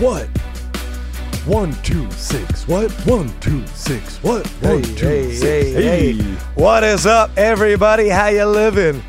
what? One, two, six, what? One, two, six, what? One, two, six. What is up, everybody? How you living?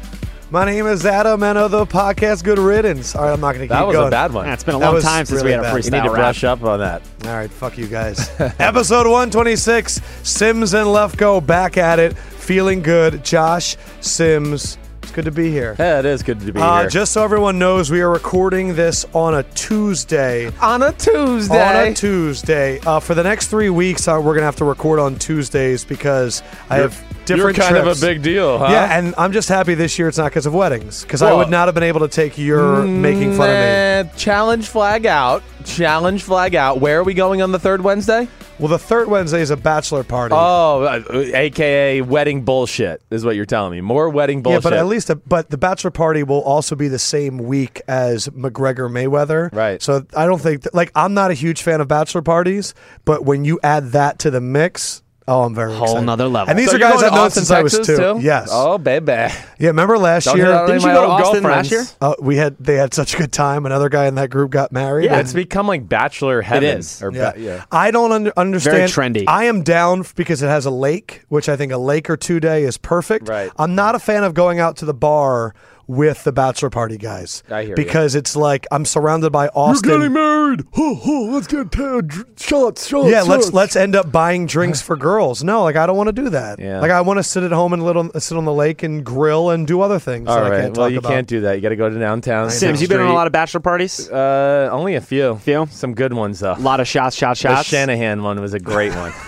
My name is Adam, and of the podcast, Good Riddance. All right, I'm not going to keep That was going. a bad one. Yeah, it's been a That long was time since really we had a bad. you need freestyle to rap. brush up on that. All right, fuck you guys. Episode 126, Sims and Lefko back at it, feeling good. Josh Sims, it's good to be here. Yeah, it is good to be Uh, here. just so everyone knows, we are recording this on a Tuesday. on a Tuesday. On a Tuesday. Uh, for the next three weeks, uh, we're gonna have to record on Tuesdays because I have different. You're kind trips. of a big deal, huh? Yeah, and I'm just happy this year it's not because of weddings because I Well- would not have been able to take your making fun of me. Eh, Challenge flag out. Challenge flag out. Where are we going on the third Wednesday? Well, the third Wednesday is a bachelor party. Oh, uh, AKA wedding bullshit is what you're telling me. More wedding yeah, bullshit. but at least, a, but the bachelor party will also be the same week as McGregor Mayweather. Right. So I don't think, like, I'm not a huge fan of bachelor parties, but when you add that to the mix, oh, I'm very Whole excited. nother level. And these So are you're guys going I've to known Austin, since I was Texas, two. too? Yes. Oh, baby. Yeah, remember last Don't year? hear that Didn't my you go to old Austin girlfriends. last year? Uh, we had they had such a good time. Another guy in that group got married. Yeah, and- it's become like bachelor heaven. is. Or yeah. ba- yeah. I don't un- understand. trendy. I am down f- because it has a lake, which I think a lake or two day is perfect. Right. I'm not a fan of going out to the bar with the bachelor party guys. I hear ya. because it's like I'm surrounded by Austin. married. Ho, ho, let's get paired. Shots, shots. yeah, let's let's end up buying drinks for girls. No, like I don't want to do that. Yeah. Like I want to sit at home and little sit on the lake and grill and do other things. All that I right. can't Well, talk you about. can't do that. You got to go to downtown. Sims, you've been on a lot of bachelor parties. Uh, only a few. Few? Some good ones though. A lot of shots, shots, The shots. Shanahan one was a great one.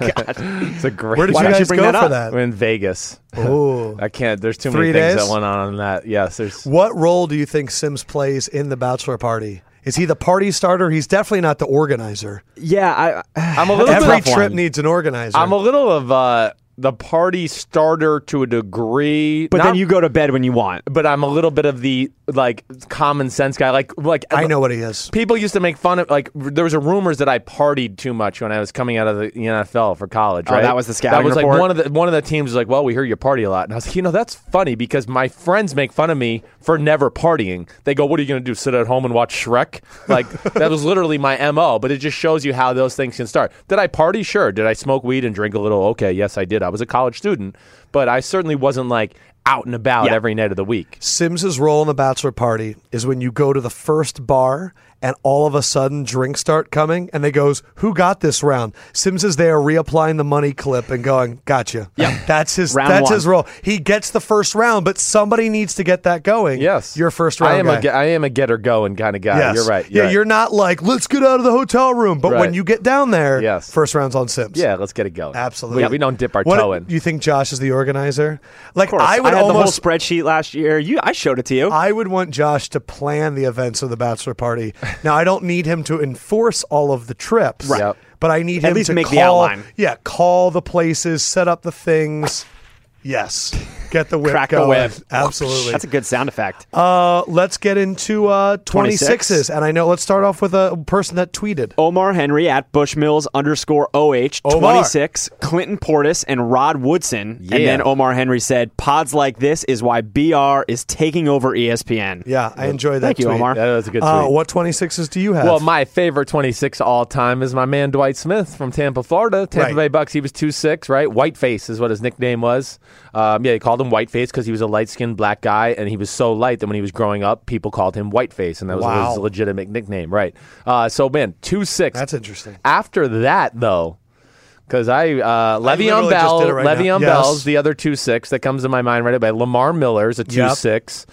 it's a great. Where did Why you don't you guys bring go that for up? that? We're in Vegas. Ooh. I can't. There's too Three many things days? that went on in that. Yes, there's. What role do you think Sims plays in the bachelor party? Is he the party starter? He's definitely not the organizer. Yeah, I, I'm a little That's a Every bit. tough one. trip needs an organizer. I'm a little of uh, the party starter to a degree. but then Not- you go to bed when you want. But I'm a little bit of the like common sense guy. Like like I know what he is. People used to make fun of like there was a rumors that I partied too much when I was coming out of the NFL for college. Oh, right? that was the That scouting was like report? one of the one of the teams was like, "Well, we hear you party a lot," and I was like, "You know, that's funny because my friends make fun of me for never partying. They go, "What are you going to do? Sit at home and watch Shrek?" Like that was literally my mo. But it just shows you how those things can start. Did I party? Sure. Did I smoke weed and drink a little? Okay, yes, I did. I was a college student, but I certainly wasn't like out and about Yeah. every night of the week. Sims's role in the bachelor party is when you go to the first bar and all of a sudden drinks start coming and they goes, "Who got this round?" Sims is there reapplying the money clip and going, "Gotcha." Yeah. That's his Round that's one. his role. He gets the first round, but somebody needs to get that going. Yes, Your first round I am guy. a get, I am a get or go and kind of guy. Yes. You're right. yeah, right. you're not like, let's get out of the hotel room. But when Right. you get down there, Yes. first round's on Sims. Yeah, let's get it going. Absolutely. We, we don't dip our What- toe in. You think Josh is the organizer? Like Of course. I would had almost the whole spreadsheet last year. You, I showed it to you. I would want Josh to plan the events of the bachelor party. Now I don't need him to enforce all of the trips. Right. Yep. But I need At him least to make call, the outline. Yeah, call the places, set up the things. Yes. Get the whip Crack going. the whip. Absolutely. That's a good sound effect. uh, let's get into uh, 26. 26s. And I know, let's start off with a person that tweeted. Omar Henry at Bushmills underscore OH Omar. 26, Clinton Portis and Rod Woodson. Yeah. And then Omar Henry said, Pods like this is why BR is taking over E ESPN. Yeah, I enjoyed that. Thank you, tweet. Omar. that was a good tweet. Uh, what 26s do you have? well, my favorite 26 all time is my man Dwight Smith from Tampa, Florida. Tampa Right. Bay Bucks. He was 2'6, right? Whiteface is what his nickname was. Um, yeah, they called him Whiteface because he was a light skinned black guy and he was so light that when he was growing up, people called him Whiteface and that was Wow. his legitimate nickname, right? Uh, so, man, 2'6. That's interesting. After that, though, because I uh, Le'Veon literally just Bell, did it right now. Le'Veon Yes. Bell's the other two six that comes to my mind right away. Lamar Miller's a two Yep. six.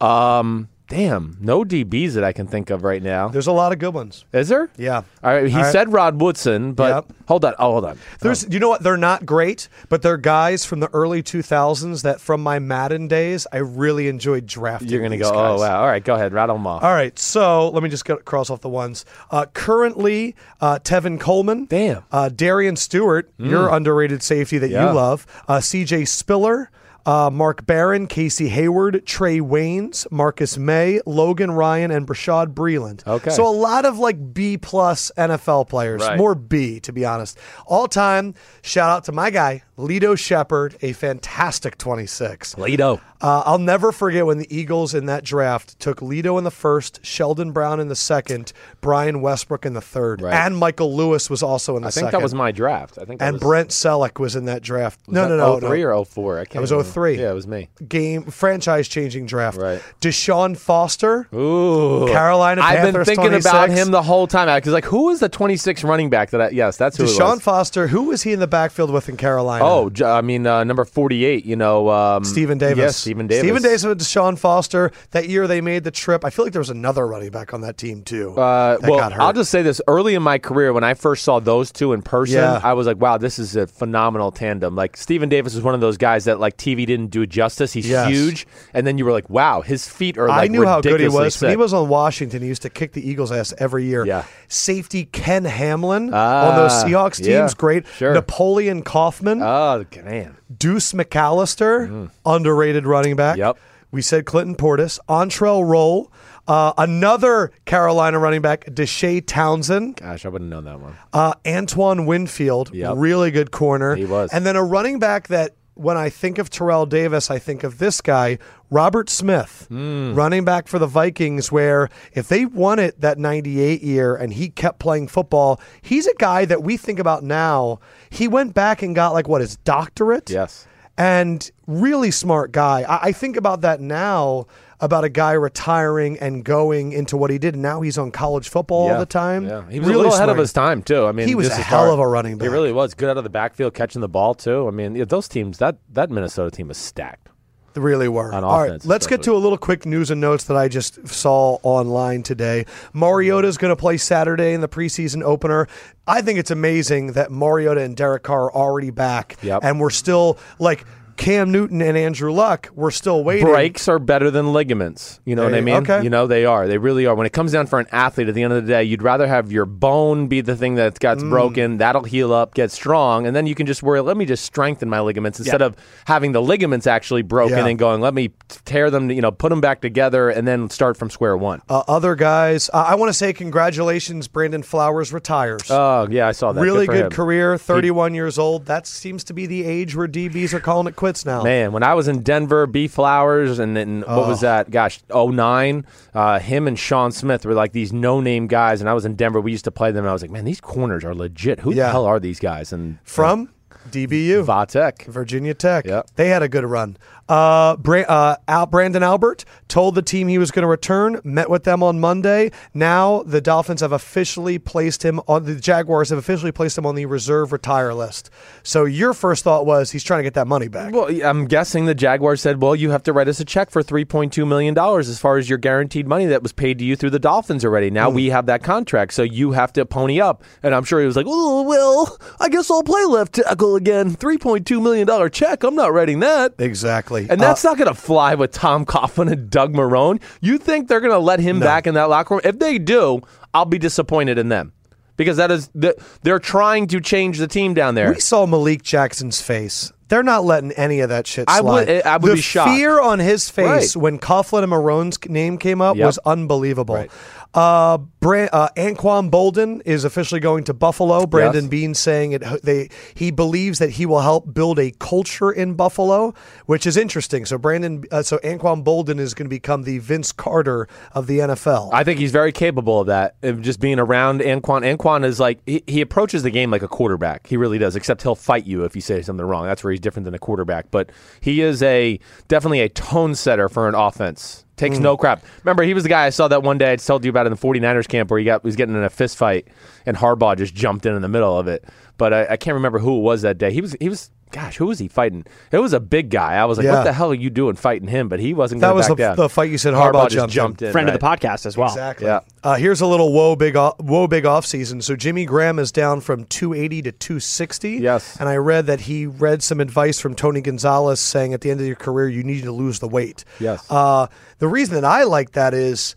Um, damn, no DBs that I can think of right now. There's a lot of good ones. Is there? Yeah. All right. He All right. said Rod Woodson, but Yep. hold on. Oh, hold on. There's, you know what? They're not great, but they're guys from the early 2000s that, from my Madden days, I really enjoyed drafting. You're gonna these go. guys. Oh wow. All right. Go ahead. Rattle them off. All right, so let me just get, cross off the ones. Uh, currently, uh, Tevin Coleman. Damn. Mm. Uh, Darian Stewart, your underrated safety that Yeah. you love. Uh, CJ Spiller. Uh, Mark Barron, Casey Hayward, Trey Waynes, Marcus May, Logan Ryan, and Brashad Breeland. Okay. So a lot of like B plus NFL players, Right. more B to be honest. All time, shout out to my guy, Lido Shepard, a fantastic 26. Lido. Uh, I'll never forget when the Eagles in that draft took Lido in the first, Sheldon Brown in the second, Brian Westbrook in the third, Right. and Michael Lewis was also in the I think second. that was my draft. I think that and was, Brent Selleck was in that draft. No, no, was no, that 03 no. or 04? I can't. That was remember. 03. Yeah, it was me. Game franchise changing draft. Right. Deshaun Foster. Ooh, Carolina I've been Panthers thinking about 26. him the whole time. Because like, who was the 26 running back that? I, yes, that's who. it Deshaun was. Foster. Who was he in the backfield with in Carolina? Oh, J- I mean, uh, number 48. You know, um, Stephen Davis. Yes, Stephen Davis. Stephen Davis and Deshaun Foster. That year they made the trip. I feel like there was another running back on that team too. Uh, that well, got hurt. I'll just say this: early in my career, when I first saw those two in person, Yeah. I was like, "Wow, this is a phenomenal tandem." Like Stephen Davis is one of those guys that like TV didn't do justice. He's Yes. huge, and then you were like, "Wow, his feet are." Like, I knew how good he ridiculously was when he sick. was on Washington. He used to kick the Eagles' ass every year. Yeah. Safety Ken Hamlin on Ah, those Seahawks teams, yeah, great. sure. Napoleon Kaufman, Oh man! Deuce McAllister, underrated running back. Mm. Yep. We said Clinton Portis, Entrell Roll, uh, another Carolina running back, Deshae Townsend, Gosh, I wouldn't know that one. uh, Antoine Winfield, Yep. really good corner. He was. And then a running back that when I think of Terrell Davis, I think of this guy, Robert Smith, Hmm. running back for the Vikings, where if they won it that 98 year and he kept playing football, he's a guy that we think about now. He went back and got like what his doctorate? Yes. and really smart guy. I, I think about that now about a guy retiring and going into what he did. Now he's on college football Yeah, all the time. Yeah, he was Really a little ahead of smart. his time too. I mean, He was just a as hell far- of a running He back. really was good out of the backfield, catching the ball too. I mean, yeah, those teams that that Minnesota team was stacked. They really were. On All right, offense, let's get to a little quick news and notes that I just saw online today. Mariota's going to play Saturday in the preseason opener. I think it's amazing that Mariota and Derek Carr are already back, Yep. and we're still like Cam Newton and Andrew Luck. We're still waiting. Breaks are better than ligaments. You know what Hey, I mean? okay. You know they are. They really are. When it comes down for an athlete, at the end of the day, you'd rather have your bone be the thing that gets Mm. broken. That'll heal up, get strong, and then you can just worry. Let me just strengthen my ligaments instead of having the ligaments actually broken Yeah. and going. Let me tear them. You know, put them back together, and then start from square one. Uh, other guys, uh, I want to say congratulations. Brandon Flowers retires. Oh yeah, I saw that. really for good, him. career, 31 years old. That seems to be the age where DBs are calling it quits now. Man, when I was in Denver, B Flowers, and then what was that? Gosh, 09, uh, him and Sean Smith were like these no name guys. And I was in Denver. We used to play them. And I was like, man, these corners are legit. Who Yeah. the hell are these guys? And From DBU. Vatek. Virginia Tech. Yep. They had a good run. Uh, Bra- uh, Al- Brandon Albert told the team he was going to return, met with them on Monday. Now the Dolphins have officially placed him on the Jaguars have officially placed him on the reserve retire list. So your first thought was he's trying to get that money back. Well, I'm guessing the Jaguars said, well, you have to write us a check for $3.2 million as far as your guaranteed money that was paid to you through the Dolphins already. Now we have that contract, so you have to pony up. And I'm sure he was like, oh, well, I guess I'll play left tackle again. $3.2 million check. I'm not writing that. exactly. Uh, And that's not going to fly with Tom Coughlin and Doug Marone. You think they're going to let him back in that locker room? If they do, I'll be disappointed in them because that is the, they're trying to change the team down there. We saw Malik Jackson's face. They're not letting any of that shit I slide. would- I would the be shocked. fear on his face Right. when Coughlin and Marone's name came up Yep. was unbelievable. Uh, Bran- uh, Anquan Bolden is officially going to Buffalo. Brandon Yes. Bean saying it. They he believes that he will help build a culture in Buffalo, which is interesting. So Brandon, uh, so Anquan Bolden is going to become the Vince Carter of the NFL. I think he's very capable of that, of just being around Anquan. Anquan is like, he, he approaches the game like a quarterback. He really does, except he'll fight you if you say something wrong. That's where he's different than a quarterback. But he is a definitely a tone setter for an offense. Takes Hmm. no crap. Remember, he was the guy I saw that one day I told you about in the 49ers camp where he got was getting in a fist fight and Harbaugh just jumped in in the middle of it. But I, I can't remember who it was that day. He was, he was, gosh, who was he fighting? It was a big guy. I was like, Yeah. what the hell are you doing fighting him? But he wasn't That gonna was back the- down. the fight you said Harbaugh Harbaugh, just jumped in. jumped in. friend right. of the podcast as well. Exactly. Yeah. Uh, here's a little whoa big off, whoa big off season. So Jimmy Graham is down from 280 to 260. Yes. And I read that he read some advice from Tony Gonzalez saying at the end of your career you need to lose the weight. Yes. Uh, the reason that I like that is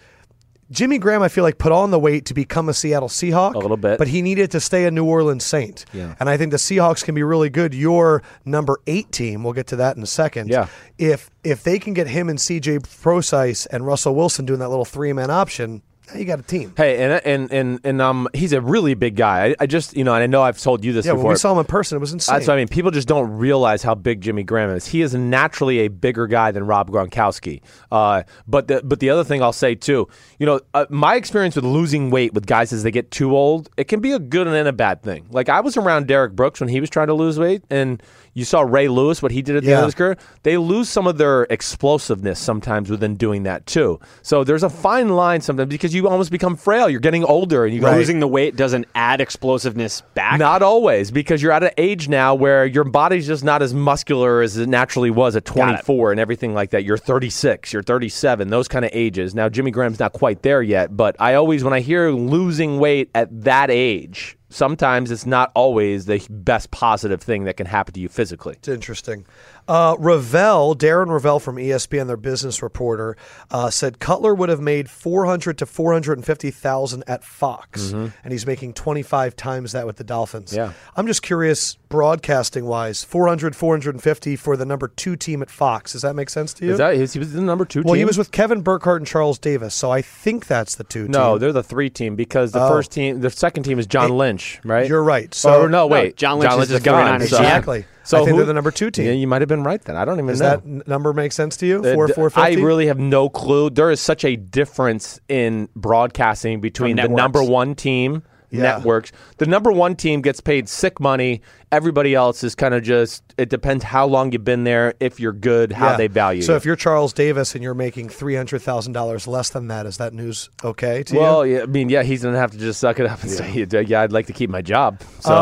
Jimmy Graham, I feel like, put on the weight to become a Seattle Seahawk. A little bit. But he needed to stay a New Orleans Saint. Yeah. And I think the Seahawks can be really good. Your number eight team, we'll get to that in a second. Yeah. If if they can get him and CJ Procyse and Russell Wilson doing that little three man option, now you got a team. Hey, and and and and um, he's a really big guy. I, I just you know, and I know I've told you this yeah, before. when we saw him in person, it was insane. That's what I mean. People just don't realize how big Jimmy Graham is. He is naturally a bigger guy than Rob Gronkowski. Uh, but the, but the other thing I'll say too, you know, uh, my experience with losing weight with guys as they get too old, it can be a good and a bad thing. Like I was around Derek Brooks when he was trying to lose weight, and you saw Ray Lewis what he did at the end Yeah. of his career. They lose some of their explosiveness sometimes within doing that too. So there's a fine line sometimes because you almost become frail. You're getting older, and you go, Losing the weight doesn't add explosiveness back. not always, because you're at an age now where your body's just not as muscular as it naturally was at it. 24 and everything like that. You're 36, you're 37, those kind of ages. Now, Jimmy Graham's not quite there yet, but I always, when I hear losing weight at that age, sometimes it's not always the best positive thing that can happen to you physically. It's interesting. Uh, Ravel, Darren Ravel from E ESPN, their business reporter, uh, said Cutler would have made four hundred to four hundred and fifty thousand at Fox, and he's making twenty five times that with the Dolphins. Mm-hmm. Yeah. I'm just curious, broadcasting wise, 400, 450 for the number two team at Fox. Does that make sense to you? Is that, is he was the number two well, team? he was with Kevin Burkhardt and Charles Davis, so I think that's the two. no, team. they're the three team because the first team, the second team is John Lynch, right? you're right. So- oh, no, wait, John Lynch is is the gone. 49ers. so- Exactly. So I think who- they're the number two team. Yeah, you might have been right then. I don't even Does know. that n- number make sense to you? Uh, Four, d- four I fifty. really have no clue. There is such a difference in broadcasting between the networks. number one team Yeah. networks. The number one team gets paid sick money. Everybody else is kind of just. It depends how long you've been there, if you're good, how Yeah. they value So you. if you're Charles Davis and you're making three hundred thousand dollars less than that, is that news okay to well, you? yeah, I mean, yeah, he's gonna have to just suck it up and say, "Yeah, I'd like to keep my job." So,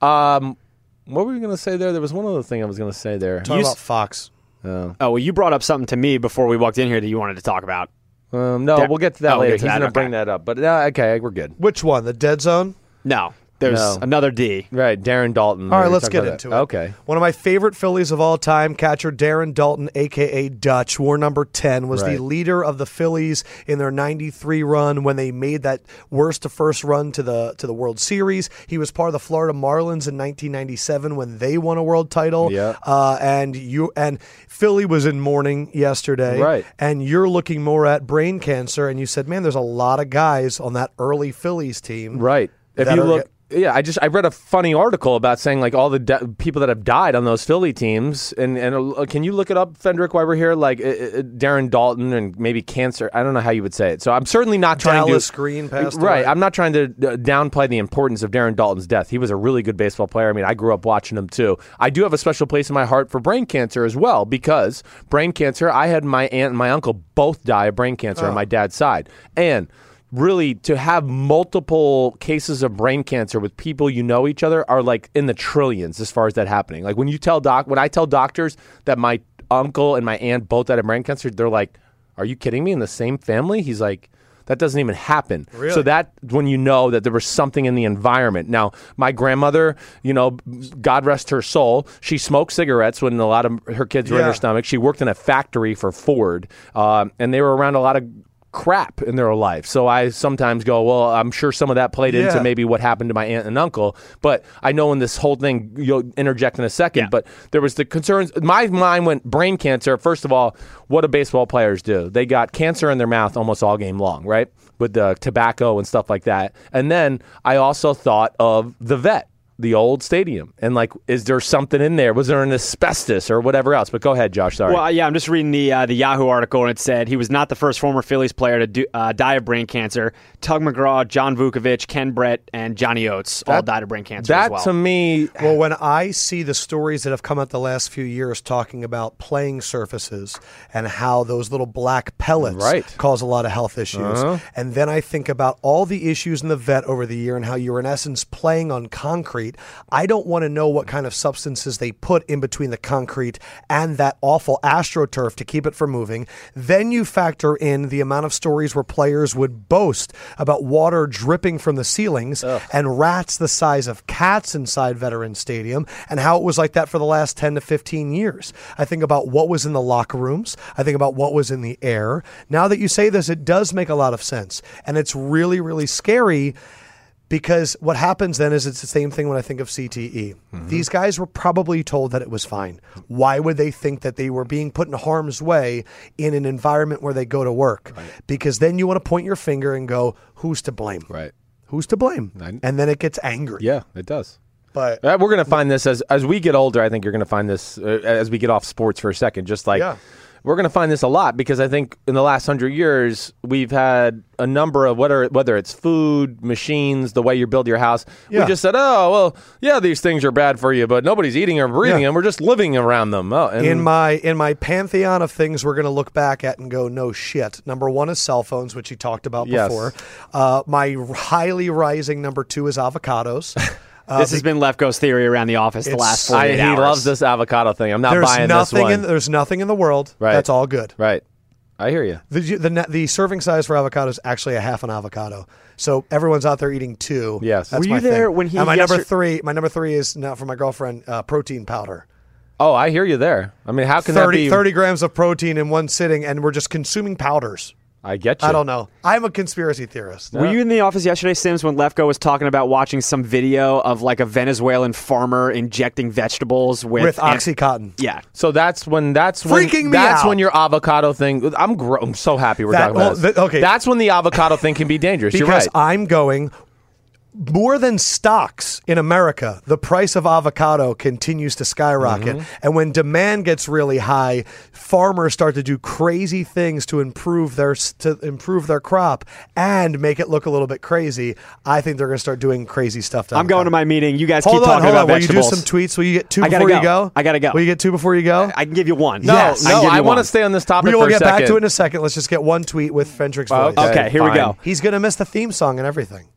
um, what were you gonna say there? There was one other thing I was gonna say there. Talk you about s- Fox. Oh, well, you brought up something to me before we walked in here that you wanted to talk about. Um, no, There- we'll get to that Oh, we'll later. get to he's that, gonna okay. bring that up, but uh, okay, we're good. Which one? The dead zone? No, there's No. another D. Right, Darren Dalton. All We right, were let's talking get about into that. it. Okay. One of my favorite Phillies of all time, catcher Darren Dalton, aka Dutch, war number ten, was Right. the leader of the Phillies in their '93 run when they made that worst to first run to the to the World Series. He was part of the Florida Marlins in 1997 when they won a world title. Yeah. Uh, and you and Philly was in mourning yesterday. Right. And you're looking more at brain cancer, and you said, "Man, there's a lot of guys on that early Phillies team." Right. If that you are- look, yeah, I just I read a funny article about saying like all the de- people that have died on those Philly teams, and and uh, can you look it up, Fendrick, while we're here? Like uh, uh, Darren Dalton and maybe cancer. I don't know how you would say it. So I'm certainly not trying Dallas to Green passed right. away. I'm not trying to uh, downplay the importance of Darren Dalton's death. He was a really good baseball player. I mean, I grew up watching him too. I do have a special place in my heart for brain cancer as well because brain cancer. I had my aunt and my uncle both die of brain cancer on my dad's side, and really to have multiple cases of brain cancer with people you know each other are like in the trillions as far as that happening. Like when you tell doc, when I tell doctors that my uncle and my aunt both died of brain cancer, they're like, "Are you kidding me? In the same family?" He's like. That doesn't even happen. So that when you know that there was something in the environment. Now, my grandmother, you know, God rest her soul, she smoked cigarettes when a lot of her kids were in Yeah. her stomach. She worked in a factory for Ford, um, and they were around a lot of crap in their life. So I sometimes go, well, I'm sure some of that played Yeah. into maybe what happened to my aunt and uncle. But I know in this whole thing, you'll interject in a second. But there was the concerns. My mind went brain cancer. First of all, what do baseball players do? They got cancer in their mouth almost all game long, right? With the tobacco and stuff like that. And then I also thought of the vet the old stadium and like is there something in there was there an asbestos or whatever else but go ahead josh sorry Well, yeah, I'm just reading the uh, the Yahoo article, and it said he was not the first former Phillies player to do, uh, die of brain cancer. Tug McGraw, John Vukovich, Ken Brett, and Johnny Oates all died of brain cancer that as well. to me Well, when I see the stories that have come out the last few years talking about playing surfaces and how those little black pellets Right. cause a lot of health issues, and then I think about all the issues in the vet over the year and how you're in essence playing on concrete concrete. I don't want to know what kind of substances they put in between the concrete and that awful astroturf to keep it from moving. Then you factor in the amount of stories where players would boast about water dripping from the ceilings and rats the size of cats inside Veterans Stadium and how it was like that for the last 10 to 15 years. I think about what was in the locker rooms. I think about what was in the air. Now that you say this, it does make a lot of sense. And it's really, really scary because what happens then is it's the same thing when I think of CTE. Mm-hmm. These guys were probably told that it was fine. Why would they think that they were being put in harm's way in an environment where they go to work? Because then you want to point your finger and go, who's to blame? Right. Who's to blame? I- and then it gets angry. Yeah, it does. But Uh, We're going to find this as as we get older. I think you're going to find this uh, as we get off sports for a second. Just like Yeah. we're going to find this a lot because I think in the last hundred years we've had a number of whether whether it's food, machines, the way you build your house. Yeah. We just said, oh well, yeah, these things are bad for you, but nobody's eating or breathing Yeah. them. We're just living around them. Oh, and in my in my pantheon of things we're going to look back at and go no shit number one is cell phones which you talked about Yes. before uh, my highly rising number two is avocados Uh, this has been Lefko's theory around the office the It's- last I, 48 he hours. loves this avocado thing. I'm not there's buying this nothing one. in there's nothing in the world Right. that's all good right. I hear you. the, the ne- the serving size for avocado is actually a half an avocado so everyone's out there eating two Yes. that's Were you my there thing. when he and my number yester- three my number three is now for my girlfriend uh, protein powder Oh, I hear you there. I mean, how can that 30, be? 30 grams of protein in one sitting and we're just consuming powders I get you. I don't know. I'm a conspiracy theorist. Were you in the office yesterday, Sims, when Lefko was talking about watching some video of like a Venezuelan farmer injecting vegetables with, With ant- OxyContin. yeah. So that's when that's when Freaking me that's out. when your avocado thing. I'm gro- I'm so happy we're That- talking about well, this. th- okay. That's when the avocado thing can be dangerous. You're Because right. I'm going more than stocks in America, the price of avocado continues to skyrocket. Mm-hmm. And when demand gets really high, farmers start to do crazy things to improve their to improve their crop and make it look a little bit crazy. I think they're going to start doing crazy stuff. To I'm going to my meeting. You guys Hold on, keep talking hold about on. Will you do vegetables. some tweets? Will you get two I gotta before you go. go? I gotta go. Will you get two before you go? I can give you one. no, yes. I no, can give I you want to one. stay on this topic. we will for get a second. back to it in a second. Let's just get one tweet with Fendrick's voice. Okay, Okay, here we go. fine. He's going to miss the theme song and everything.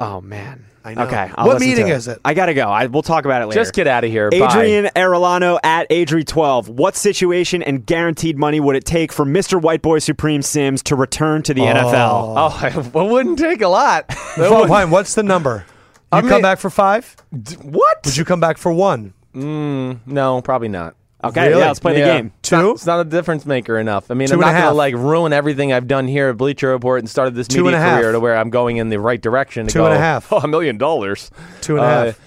Oh man. I know. Okay. What listen to meeting is it? I gotta go. I, we'll talk about it later. Just get out of here. Bye. Adrian Arellano at Adri12. What situation and guaranteed money would it take for Mr. White Boy Supreme Sims to return to the NFL? Oh, it wouldn't take a lot. That Well, would- Pine, what's the number? You I come mean- back for five? what? Would you come back for one? No, probably not. Okay, really? yeah, let's play Yeah. the game. It's not- Two? It's not a difference maker enough. I mean, Two I'm and not a going half. to like ruin everything I've done here at Bleacher Report and started this Two media and a half. career to where I'm going in the right direction. To Two go, and a half. Oh, a million dollars. Two Uh, and a half.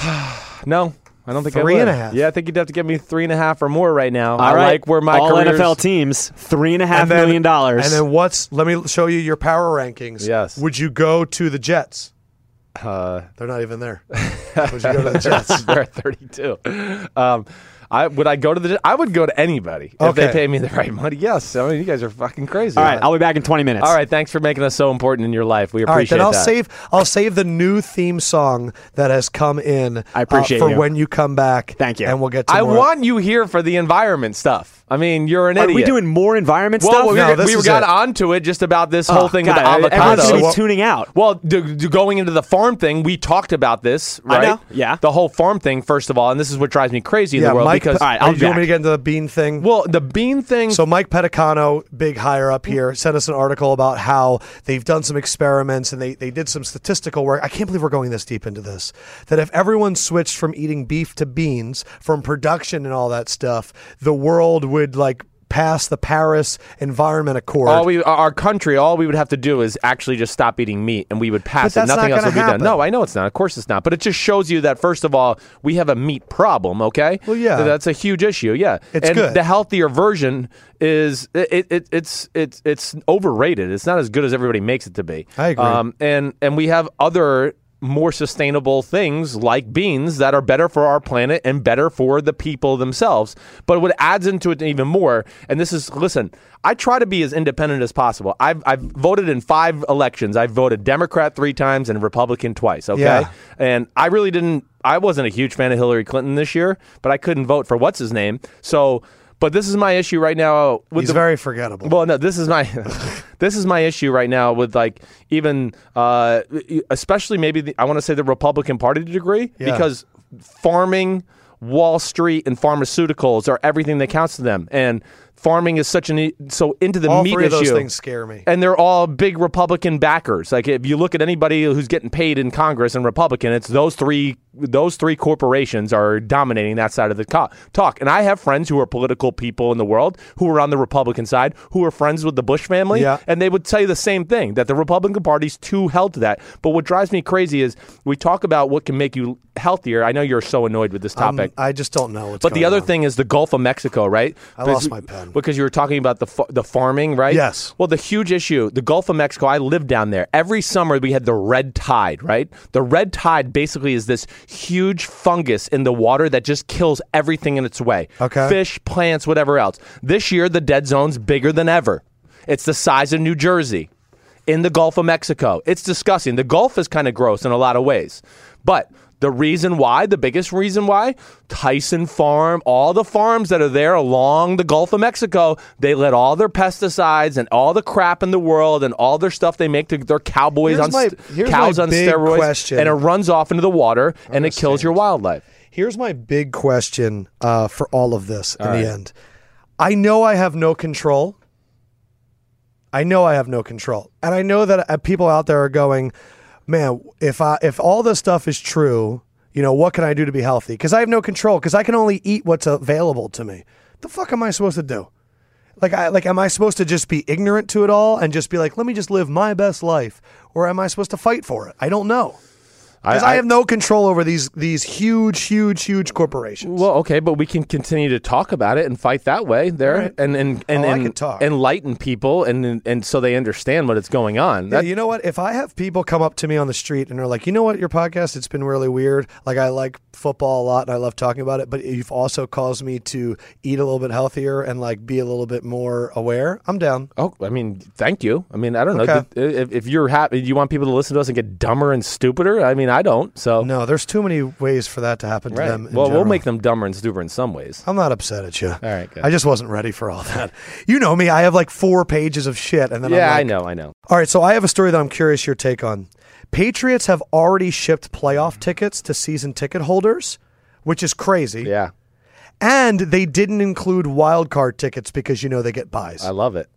No, I don't think I Three would. and a half. Yeah, I think you'd have to give me three and a half or more right now. All I right. like where my all career's- NFL teams three and a half And then- million dollars. And then what's, let me show you your power rankings. Yes. Would you go to the Jets? Uh, They're not even there. Would you go to the Jets? they're at thirty-two. Um, I would I go to the? I would go to anybody if Okay. they pay me the right money. Yes, I mean you guys are fucking crazy. all right, I'll be back in 20 minutes. all right. Thanks for making us so important in your life. We All right, appreciate then I'll that. save I'll save the new theme song that has come in. I appreciate uh, for you. when you come back. Thank you. And we'll get to I more. want you here for the environment stuff. I mean, you're an Are idiot. we doing more environment well, stuff? Ah, we, No, were- this we is got it. onto it just about this whole thing Oh, God, with Everyone's avocados. gonna be So- tuning out. Well, d- d- going into the farm thing, we talked about this, I right? know, yeah. The whole farm thing, first of all, and this is what drives me crazy in yeah, the world Mike. because. All right, I'll do you want me back. to get into the bean thing? Well, the bean thing. So Mike Petticano, big higher up here, sent us an article about how they've done some experiments and they, they did some statistical work. I can't believe we're going this deep into this. That if everyone switched from eating beef to beans, from production and all that stuff, the world would like pass the Paris Environment Accord. all we, our country, all we would have to do is actually just stop eating meat, and we would pass But it. that's Nothing not else gonna would be done. happen. No, I know it's not. Of course, it's not. But it just shows you that first of all, we have a meat problem. Okay. Well, yeah. Th- that's a huge issue. Yeah, It's and good. The healthier version is it, it, it's it's it's overrated. It's not as good as everybody makes it to be. Um, I agree. and and we have other more sustainable things like beans that are better for our planet and better for the people themselves. But what adds into it even more, and this is listen, I try to be as independent as possible. I've I've voted in five elections. I've voted Democrat three times and Republican twice. Okay. Yeah. And I really didn't I wasn't a huge fan of Hillary Clinton this year, but I couldn't vote for what's his name. So But this is my issue right now with He's the very forgettable. well, no, this is my this is my issue right now with like even uh, especially maybe the, I want to say the Republican Party to a degree Yeah. because farming, Wall Street, and pharmaceuticals are everything that counts to them, and farming is such an e- so into the All meat three of those issue. things scare me. And they're all big Republican backers. Like if you look at anybody who's getting paid in Congress and Republican, it's those three. Those three corporations are dominating that side of the co- talk. And I have friends who are political people in the world who are on the Republican side who are friends with the Bush family, Yeah. and they would say the same thing that the Republican Party's too held to that. But what drives me crazy is we talk about what can make you healthier. I know you're so annoyed with this I'm- topic. Um, I just don't know what's But the going other on. thing is the Gulf of Mexico, right? I lost Because- my pen. Because you were talking about the fa- the farming, right? Yes. Well, the huge issue, the Gulf of Mexico, I lived down there. Every summer we had the red tide, right? The red tide basically is this huge fungus in the water that just kills everything in its way. Okay. Fish, plants, whatever else. This year the dead zone's bigger than ever. It's the size of New Jersey in the Gulf of Mexico. It's disgusting. The Gulf is kind of gross in a lot of ways. But the reason why, the biggest reason why, Tyson Farm, all the farms that are there along the Gulf of Mexico, they let all their pesticides and all the crap in the world and all their stuff they make to their cowboys Here's on st- my- here's cows my on big steroids question. and it runs off into the water and it kills your wildlife. Here's my big question uh, for all of this in the end. I know I have no control. I know I have no control, and I know that uh, people out there are going, "Man, if I if all this stuff is true, you know what can I do to be healthy? Because I have no control. Because I can only eat what's available to me. The fuck am I supposed to do? Like, I like, am I supposed to just be ignorant to it all and just be like, let me just live my best life, or am I supposed to fight for it? I don't know." Because I, have no control over these these huge, huge, huge corporations. Well, okay, but we can continue to talk about it and fight that way there, and and and, Oh, I and can talk. enlighten people, and, and so they understand what it's going on. Yeah, That- you know what? If I have people come up to me on the street and are like, you know what, your podcast, it's been really weird. Like, I like football a lot and I love talking about it, but you've also caused me to eat a little bit healthier and like be a little bit more aware. I'm down. Oh, I mean, thank you. I mean, I don't know Okay. Th- if, if you're happy. You want people to listen to us and get dumber and stupider. I mean, I don't. So No, there's too many ways for that to happen Right. to them. in well, we'll general. make them dumber and stupider in some ways. I'm not upset at you. All right, good. I just wasn't ready for all that. You know me. I have like four pages of shit, and then I'm yeah, like, I know, I know. All right, so I have a story that I'm curious your take on. Patriots have already shipped playoff tickets to season ticket holders, which is crazy. Yeah, And they didn't include wild card tickets because you know they get buys. I love it.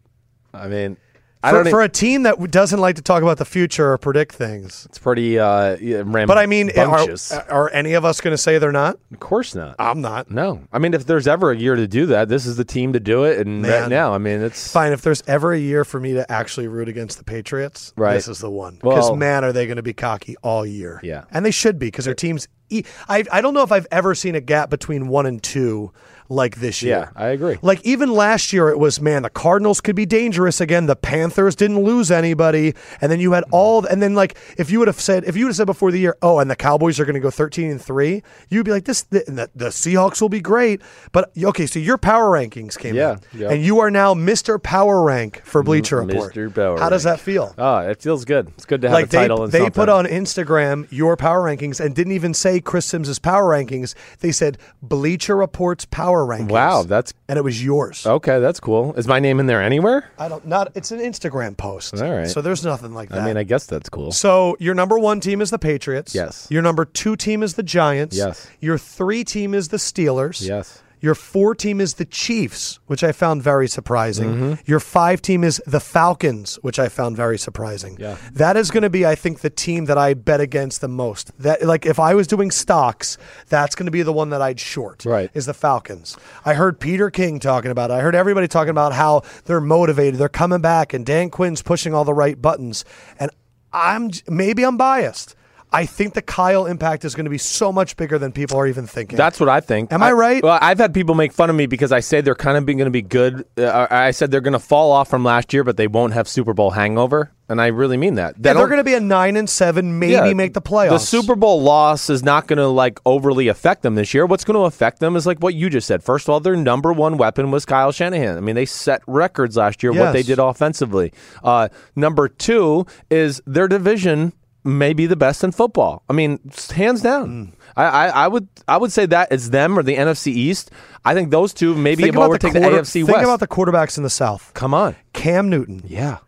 I mean, I for, don't. e- for a team that w- doesn't like to talk about the future or predict things. it's pretty uh, yeah, rambunctious. But I mean, are, Uh, are any of us going to say they're not? of course not. I'm not. no, I mean, if there's ever a year to do that, this is the team to do it. And right Man. now, I mean, it's Fine, if there's ever a year for me to actually root against the Patriots, Right. this is the one. Because Well- man, are they going to be cocky all year? Yeah. and they should be because their teams. E- I I don't know if I've ever seen a gap between one and two like this yeah, year. I agree. Like even last year, it was man, the Cardinals could be dangerous again. The Panthers didn't lose anybody, and then you had all, and then like if you would have said, if you would have said before the year, oh, and the Cowboys are going to go thirteen and three, you'd be like this. The, the, the Seahawks will be great, but okay, so your power rankings came Yeah, out, yeah. and you are now Mister Power Rank for Bleacher Report. Mr. Power How does that feel? Oh, it feels good. It's good to have like a they, title. and they something. put on Instagram your power rankings and didn't even say Chris Sims's power rankings. They said Bleacher Report's power rankings. Wow, that's and it was yours. okay. That's cool. Is my name in there anywhere? I don't not it's an Instagram post. All right. So there's nothing like that. I mean, I guess that's cool. so your number 1 team is the Patriots. Yes. Your number 2 team is the Giants. Yes. Your 3 team is the Steelers. Yes. Your 4 team is the Chiefs, which I found very surprising. Mm-hmm. Your 5 team is the Falcons, which I found very surprising. Yeah. That is going to be I think the team that I bet against the most. That like if I was doing stocks, that's going to be the one that I'd short Right. is the Falcons. I heard Peter King talking about it. I heard everybody talking about how they're motivated, they're coming back, and Dan Quinn's pushing all the right buttons. And I'm j- maybe I'm biased. I think the Kyle impact is going to be so much bigger than people are even thinking. That's what I think. Am I right? Well, I've had people make fun of me because I say they're kind of going to be good. Uh, I I said they're going to fall off from last year, but they won't have Super Bowl hangover, and I really mean that. They Yeah, they're don't- going to be a nine and seven, maybe yeah, make the playoffs. The Super Bowl loss is not going to like overly affect them this year. What's going to affect them is like what you just said. First of all, their number one weapon was Kyle Shanahan. I mean, they set records last year what they Yes. did offensively. Uh, number two is their division may be the best in football. I mean, s- hands Mm. down. I, I, I would I would say that is them or the NFC East. I think those two maybe Think have about, the overtaken the, quarter- AFC think West. about the quarterbacks in the South. Come on, Cam Newton, yeah,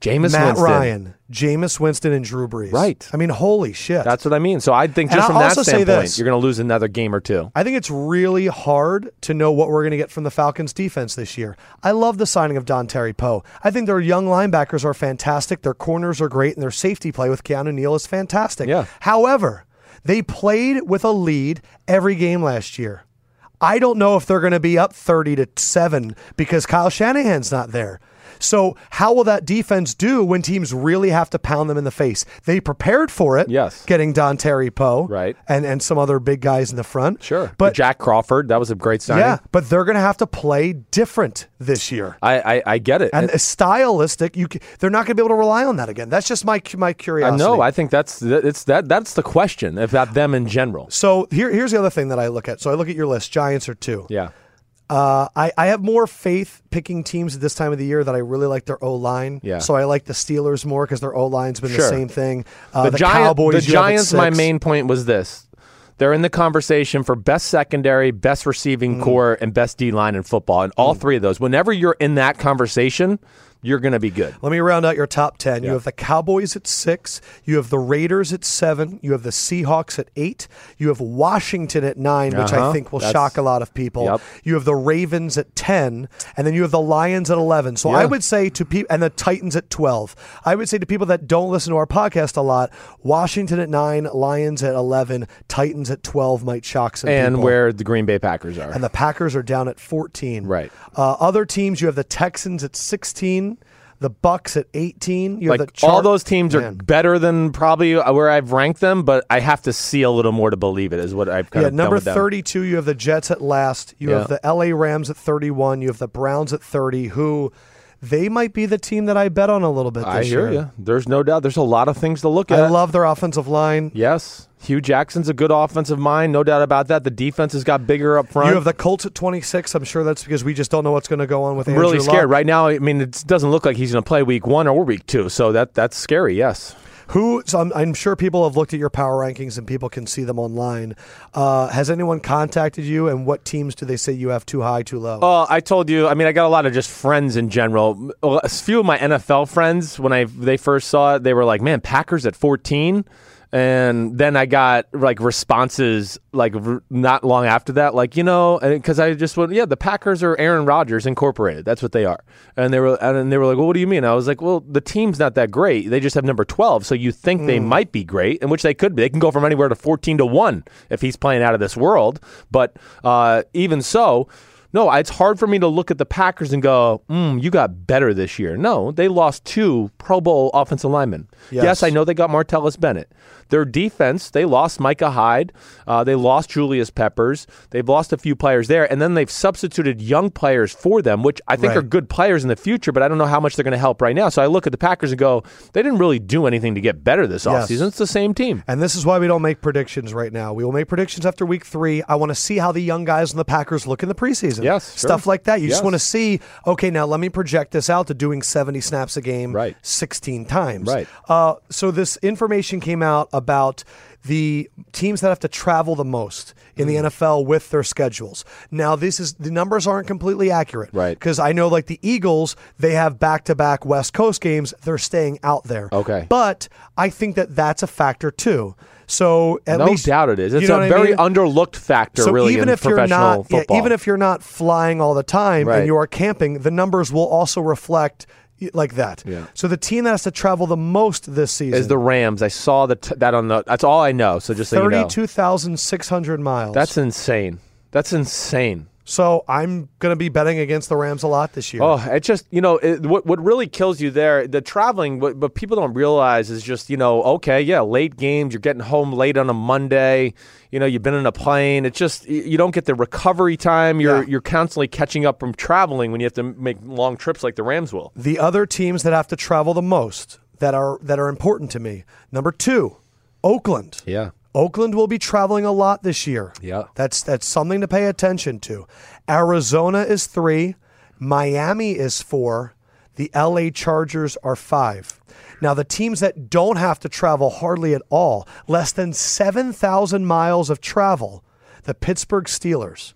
Jameis Matt Winston. Ryan, Jameis Winston, and Drew Brees. Right. I mean, holy shit. That's what I mean. So I think And just I'll from that also say standpoint, this. you're going to lose another game or two. I think it's really hard to know what we're going to get from the Falcons defense this year. I love the signing of Don Terry Poe. I think their young linebackers are fantastic, their corners are great, and their safety play with Keanu Neal is fantastic. Yeah. However, they played with a lead every game last year. I don't know if they're going to be up 30 to 7 because Kyle Shanahan's not there. So, how will that defense do when teams really have to pound them in the face? They prepared for it. Yes. Getting Don Terry Poe. Right. And, and some other big guys in the front. Sure, But Jack Crawford, that was a great signing. yeah, but they're going to have to play different this year. I, I, I get it. And stylistic, you c- they're not going to be able to rely on that again. That's just my cu- my I curiosity. know. I think that's that- it's that that's the question about them in general. so here here's the other thing that I look at. So I look at your list. Giants are two. Yeah, Uh, I I have more faith picking teams at this time of the year that I really like their O line. Yeah. So I like the Steelers more because their O line's been Sure. the same thing. Uh, the, Giant- Cowboys, The you have at Giants. My six. main point was this: they're in the conversation for best secondary, best receiving Mm. core, and best D line in football. And all three of those, whenever you're in that conversation, you're going to be good. Let me round out your top 10. You Yeah. have the Cowboys at six. You have the Raiders at seven. You have the Seahawks at eight. You have Washington at 9 which I Uh-huh. think will That's- shock a lot of people. Yep. You have the Ravens at 10. And then you have the Lions at 11. So I Yeah. would say to people, and the Titans at 12. I would say to people that don't listen to our podcast a lot, Washington at nine, Lions at 11, Titans at 12 might shock some And people. where the Green Bay Packers are. And the Packers are down at 14. Right. Uh, other teams, you have the Texans at 16, the Bucks at 18. You have the like Char- all those teams are Man. better than probably where I've ranked them, but I have to see a little more to believe it. Is what I've kind Yeah, of done number with them. 32, you have the Jets at last. You have the Yeah. LA Rams at 31. You have the Browns at 30, who they might be the team that I bet on a little bit this I hear year. you. There's no doubt. There's a lot of things to look at. I love their offensive line. Yes, Hugh Jackson's a good offensive mind, no doubt about that. The defense has got bigger up front. You have the Colts at 26. I'm sure that's because we just don't know what's going to go on with I'm Andrew really scared Luck. right now. I mean, it doesn't look like he's going to play week one or week two, so that that's scary. Yes, Who? So I'm, I'm sure people have looked at your power rankings and people can see them online. Uh, has anyone contacted you? And what teams do they say you have too high, too low? Well, Oh, I told you. I mean, I got a lot of just friends in general. A few of my NFL friends, when I they first saw it, they were like, "Man, Packers at 14." And then I got like responses like r- not long after that, like you know, because I just went, "Yeah, the Packers are Aaron Rodgers Incorporated. That's what they are." And they were and they were like, "Well, what do you mean?" I was like, "Well, the team's not that great. They just have number 12, so you think they might be great, and which they could be. They can go from anywhere to 14 to one if he's playing out of this world. But uh, even so." No, it's hard for me to look at the Packers and go, mm, you got better this year. No, they lost two Pro Bowl offensive linemen. Yes. Yes, I know they got Martellus Bennett. Their defense, they lost Micah Hyde. Uh, they lost Julius Peppers. They've lost a few players there. And then they've substituted young players for them, which I think Right. are good players in the future, but I don't know how much they're going to help right now. So I look at the Packers and go, they didn't really do anything to get better this Yes. offseason. It's the same team. And this is why we don't make predictions right now. We will make predictions after week three. I want to see how the young guys and the Packers look in the preseason. Yes, sure. Stuff like that. You just Yes. want to see, okay, now let me project this out to doing 70 snaps a game Right. 16 times. Right. Uh, so this information came out about the teams that have to travel the most in Mm. the NFL with their schedules. Now, this is the numbers aren't completely accurate. Right. Because I know, like the Eagles, they have back to back West Coast games. They're staying out there. Okay. But I think that that's a factor too. So at no least, doubt it is. you It's know a what I very mean? underlooked factor, so really, even in if you're professional not, yeah, football. even if you're not flying all the time and Right. you are camping, the numbers will also reflect y- like that. Yeah. So the team that has to travel the most this season is the Rams. I saw the t- that on the. That's all I know. So just so you know, thirty-two thousand six hundred miles. that's insane. That's insane. so I'm going to be betting against the Rams a lot this year. Oh, it just you know it, what what really kills you there. The traveling, what, what people don't realize is just you know okay, yeah, late games. You're getting home late on a Monday. You know you've been in a plane. It's just y- you don't get the recovery time. You're Yeah. you're constantly catching up from traveling when you have to make long trips like the Rams will. The other teams that have to travel the most that are that are important to me. Number two, Oakland. Yeah. Oakland will be traveling a lot this year. Yeah. That's that's something to pay attention to. Arizona is 3, Miami is 4. The LA Chargers are five. Now, the teams that don't have to travel hardly at all, less than 7,000 miles of travel, the Pittsburgh Steelers,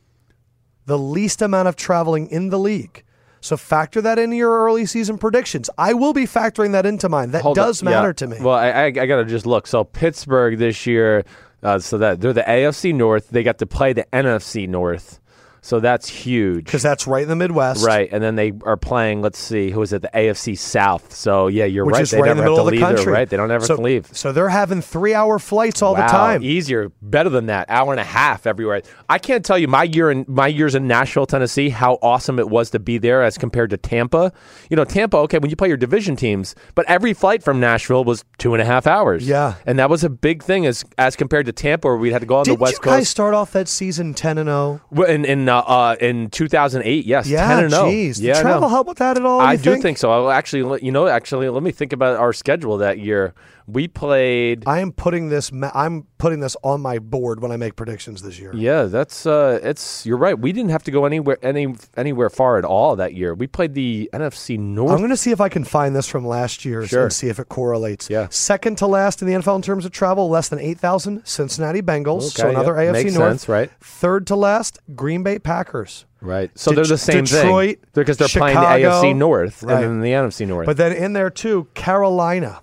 the least amount of traveling in the league. So factor that into your early season predictions. I will be factoring that into mine. That Hold does up. Yeah. matter to me. Well, I, I, I gotta just look. So Pittsburgh this year, uh, so that they're the AFC North. They got to play the NFC North, so that's huge, because that's right in the Midwest. right? And then they are playing. Let's see, who is it? The AFC South. So yeah, you're Which right. is they right in never the middle have of to the leave. country. They're right. They don't ever so, have to leave. So they're having three hour flights all wow, the time. Easier, better than that. Hour and a half everywhere. I can't tell you my year in my years in Nashville, Tennessee, how awesome it was to be there as compared to Tampa. You know, Tampa, okay, when you play your division teams, but every flight from Nashville was two and a half hours. Yeah. And that was a big thing as as compared to Tampa where we had to go on Did the you West guys Coast. start off that season ten and zero? Well, in in uh, uh, in two thousand eight, yes, Yeah, ten and zero. Jeez. Did Yeah, I know. travel help with that at all? I you do think? think so. I'll actually, let- you know, actually, let me think about our schedule that year. We played. I am putting this. Ma- I'm putting this on my board when I make predictions this year. Yeah, that's uh, it's you're right. We didn't have to go anywhere any anywhere far at all that year. We played the NFC I'm North. going to see if I can find this from last year's Sure. and see if it correlates. Yeah. Second to last in the NFL in terms of travel, less than 8,000, Cincinnati Bengals. so Okay, another yeah. AFC Makes North. sense, right. Third to last, Green Bay Packers. right. So Det- they're the same Detroit, thing because they're playing the Chicago. AFC North Right. and then the NFC North. But then in there too, Carolina.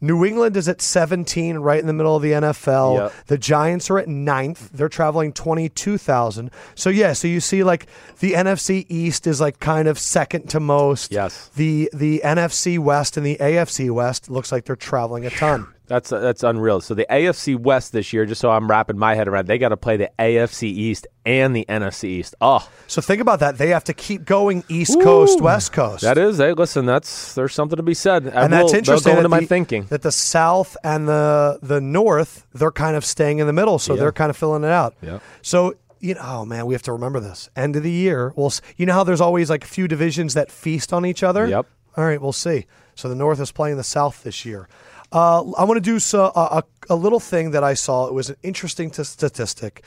New England is at 17, right in the middle of the NFL. Yep. The Giants are at ninth. They're traveling 22,000. So, yeah, so you see, like, the NFC East is, like, kind of second to most. Yes. The the NFC West and the AFC West looks like they're traveling a ton. that's that's unreal. So the AFC West this year, just so I'm wrapping my head around, they got to play the AFC East and the NFC East. Oh, So, think about that. They have to keep going East Coast, West Coast. that is. Hey, listen, that's there's something to be said. I and will- that's they'll interesting. Go into that my the- thinking. that the South and the the North they're kind of staying in the middle, so Yeah. they're kind of filling it out. Yeah. So you know, oh man, we have to remember this. End of the year, we'll s- you know how there's always like a few divisions that feast on each other. Yep. All right, we'll see. So the North is playing the South this year. Uh, I want to do so, a, a, a little thing that I saw. It was an interesting t- statistic,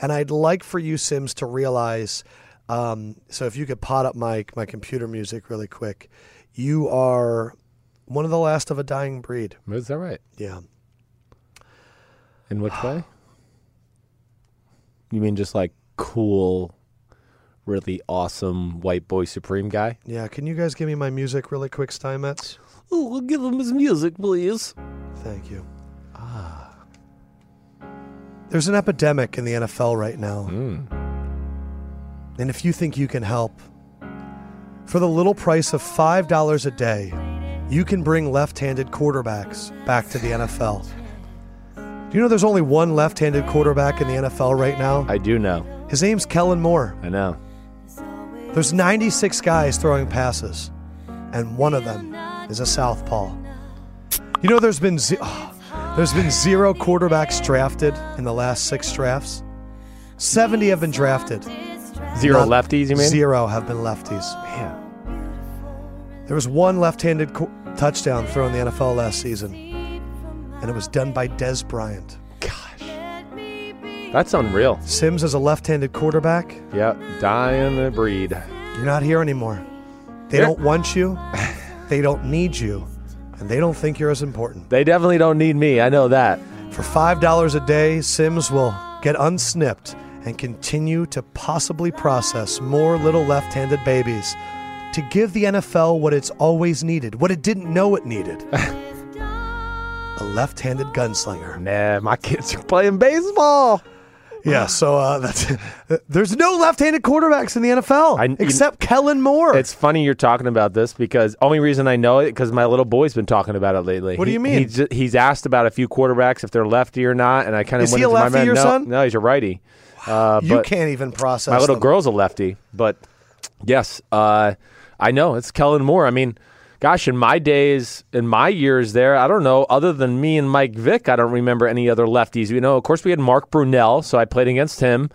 and I'd like for you, Sims, to realize. Um, so if you could pot up my my computer music really quick, you are one of the last of a dying breed. is that right? Yeah. In which way? You mean just like cool, really awesome white boy supreme guy? Yeah. Can you guys give me my music really quick, Steinmetz? Oh, we'll give him his music, please. Thank you. Ah. There's an epidemic in the NFL right now. And if you think you can help, for the little price of $5 a day, you can bring left handed quarterbacks back to the NFL. Do you know there's only one left handed quarterback in the NFL right now? I do know. His name's Kellen Moore. I know. There's 96 guys throwing passes, and one of them is a southpaw. You know, there's been ze- oh, there's been zero quarterbacks drafted in the last six drafts. 70 have been drafted. Zero None- lefties, you mean? Zero have been lefties. Man. There was one left-handed co- touchdown thrown in the NFL last season, and it was done by Des Bryant. Gosh. That's unreal. Sims is a left-handed quarterback. Yeah. Dying the breed. You're not here anymore. They Yeah. don't want you. They don't need you. And they don't think you're as important. They definitely don't need me. I know that. For $5 a day, Sims will get unsnipped and continue to possibly process more little left handed babies to give the NFL what it's always needed, what it didn't know it needed a left handed gunslinger. Nah, my kids are playing baseball. Yeah, so uh, that's, there's no left handed quarterbacks in the NFL I- you- except Kellen Moore. It's funny you're talking about this because only reason I know it because my little boy's been talking about it lately. What do He- you mean? He's, ju- he's asked about a few quarterbacks if they're lefty or not, and I kind of Is went he a into my lefty, mind, your no, son? No, he's a righty. Uh, you but can't even process my little them. girl's a lefty, but yes, uh, I know it's Kellen Moore. I mean, gosh, in my days, in my years there, I don't know. Other than me and Mike Vick, I don't remember any other lefties. You know, of course, we had Mark Brunell, so I played against him.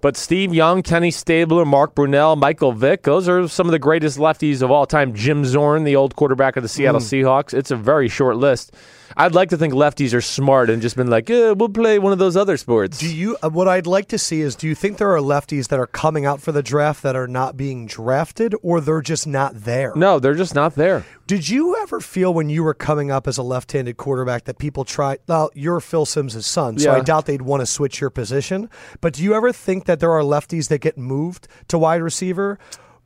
But Steve Young, Kenny Stabler, Mark Brunell, Michael Vick, those are some of the greatest lefties of all time. Jim Zorn, the old quarterback of the Seattle Hmm. Seahawks. It's a very short list. I'd like to think lefties are smart and just been like, yeah, we'll play one of those other sports. Do you? uh, What I'd like to see is, do you think there are lefties that are coming out for the draft that are not being drafted, or they're just not there? no, they're just not there. Did you ever feel when you were coming up as a left-handed quarterback that people tried? Well, you're Phil Simms' son, so I Yeah. doubt they'd want to switch your position. But do you ever think that there are lefties that get moved to wide receiver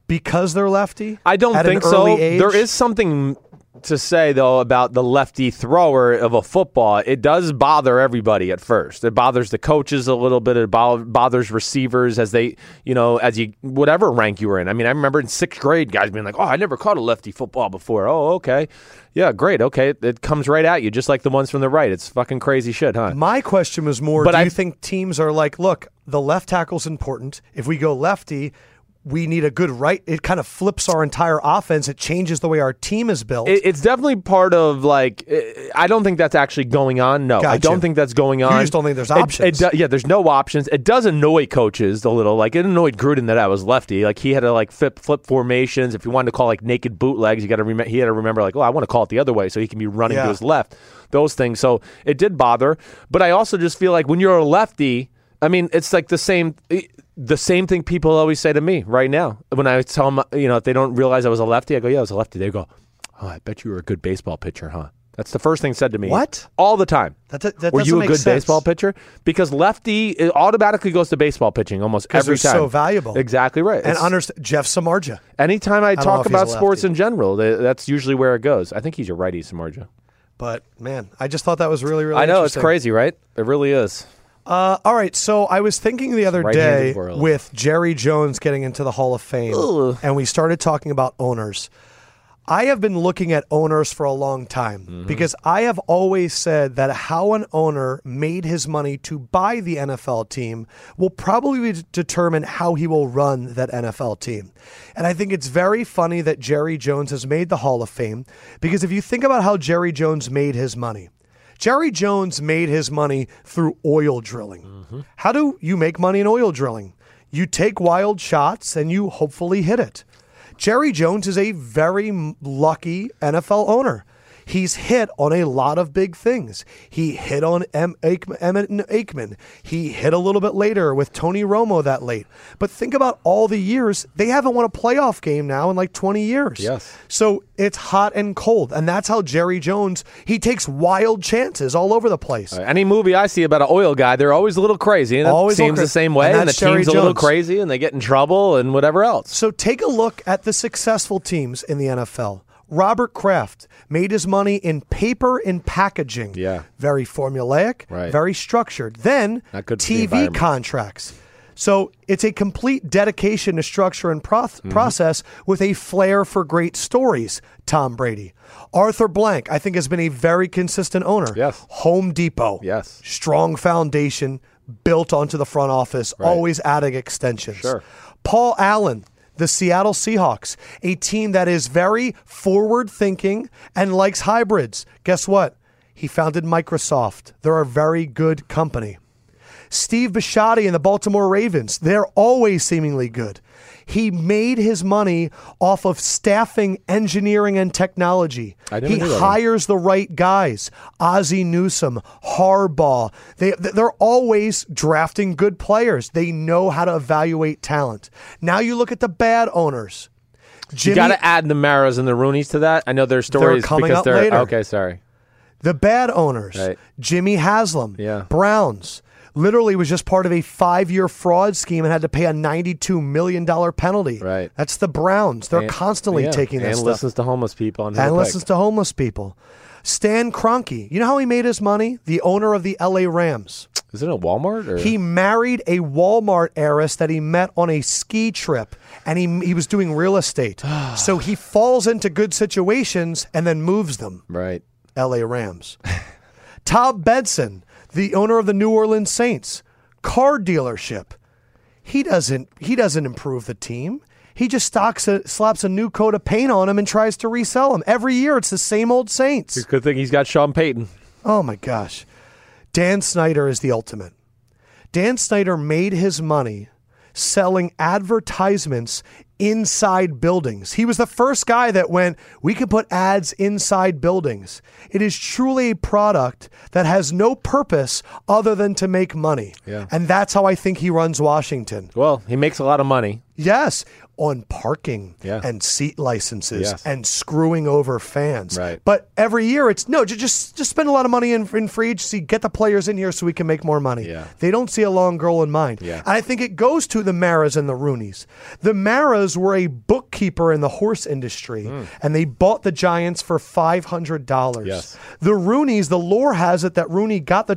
because they're lefty? I don't at an think so. early age? There is something to say though about the lefty thrower of a football. It does bother everybody at first. It bothers the coaches a little bit. It bo- bothers receivers as they, you know, as you whatever rank you were in. I mean, I remember in sixth grade, guys being like, "Oh, I never caught a lefty football before." Oh, okay, yeah, great. Okay, it, it comes right at you, just like the ones from the right. It's fucking crazy shit, huh? My question was more But do I- you think teams are like, look, the left tackle's important. If we go lefty, we need a good right. It kind of flips our entire offense. It changes the way our team is built. It, it's definitely part of like eh, I don't think that's actually going on. No, I Gotcha. don't think that's going on. just don't think there's It- it options. do- yeah, there's no options. It does annoy coaches a little. Like it annoyed Gruden that I was lefty. Like he had to like flip, flip formations. If you wanted to call like naked bootlegs, you got to rem- he had to remember like oh I want to call it the other way so he can be running Yeah. to his left. Those things. So it did bother. But I also just feel like when you're a lefty. I mean, it's like the same, eh, the same thing people always say to me right now. When I tell them, you know, if they don't realize I was a lefty, I go, "Yeah, I was a lefty." They go, "Oh, I bet you were a good baseball pitcher, huh?" That's the first thing said to me. What? All the time. That do- that were doesn't you a make good sense. baseball pitcher? Because lefty it automatically goes to baseball pitching almost 'Cause every they're time. so valuable. Exactly right. and It's- understand Jeff Samarja. anytime I don't know if talk he's about a sports lefty. in general, th- that's usually where it goes. I think he's a righty, Samarja. But man, I just thought that was really, really I know it's interesting. crazy, right? It really is. Uh, all right, so I was thinking the other day Right-handed world. with Jerry Jones getting into the Hall of Fame, Ugh. and we started talking about owners. I have been looking at owners for a long time because I have always said that how an owner made his money to buy the NFL team will probably de- determine how he will run that NFL team. And I think it's very funny that Jerry Jones has made the Hall of Fame because if you think about how Jerry Jones made his money, Jerry Jones made his money through oil drilling. How do you make money in oil drilling? You take wild shots and you hopefully hit it. Jerry Jones is a very m- lucky NFL owner. He's hit on a lot of big things. He hit on M- Aik- Emmett Aikman. He hit a little bit later with Tony Romo that late. But think about all the years they haven't won a playoff game now in like 20 years. Yes. So it's hot and cold, and that's how Jerry Jones he takes wild chances all over the place. Any movie I see about an oil guy, they're always a little crazy, and Always always a little seems crazy. the same And way, and, the that's Jerry team's a little Jones. crazy, and they get in trouble and whatever else. So take a look at the successful teams in the NFL. Robert Kraft made his money in paper and packaging. Yeah. Very formulaic, Right. very structured. Then Not good for the TV environment. contracts. So it's a complete dedication to structure and proth- Mm-hmm. process with a flair for great stories. Tom Brady, Arthur Blank, I think has been a very consistent owner. Yes. Home Depot. Yes. Strong foundation built onto the front office, always adding extensions. Sure. Paul Allen, the Seattle Seahawks, a team that is very forward thinking and likes hybrids. Guess what? He founded Microsoft. They're a very good company. Steve Bisciotti and the Baltimore Ravens, they're always seemingly good. He made his money off of staffing, engineering, and technology. I never he knew that. hires the right guys. Ozzie Newsome, Harbaugh. They they're always drafting good players. They know how to evaluate talent. Now you look at the bad owners. Jimmy, you got to add the Maras and the Roonies to that. I know their stories coming because up they're later. okay. Sorry, the bad owners. Right. Jimmy Haslam, Yeah. Browns. Literally was just part of a five-year fraud scheme and had to pay a ninety-two million dollar penalty. Right. That's the Browns. They're constantly Yeah. taking and this stuff. listens to homeless people and, who and to pick. listens to homeless people. Stan Kroenke, you know how he made his money? The owner of the L.A. Rams. Is it a Walmart or He married a Walmart heiress that he met on a ski trip, and he he was doing real estate. so he falls into good situations and then moves them. right? L.A. Rams. Tom Benson, the owner of the New Orleans Saints, car dealership. He doesn't he doesn't improve the team. He just stocks a, slaps a new coat of paint on him and tries to resell him. Every year it's the same old Saints. Good thing he's got Sean Payton. Oh my gosh. Dan Snyder is the ultimate. Dan Snyder made his money selling advertisements inside buildings. He was the first guy that went, we can put ads inside buildings. It is truly a product that has no purpose other than to make money. Yeah. And that's how I think he runs Washington. Well, he makes a lot of money. Yes, on parking Yeah. and seat licenses Yes. and screwing over fans. Right. But every year it's no, ju- just just spend a lot of money in, in free agency, get the players in here so we can make more money. Yeah. They don't see a long goal in mind. Yeah. And I think it goes to the Maras and the Roonies. The Maras were a bookkeeper in the horse industry Hmm. and they bought the Giants for $500. Yes. The Roonies, the lore has it that Rooney got the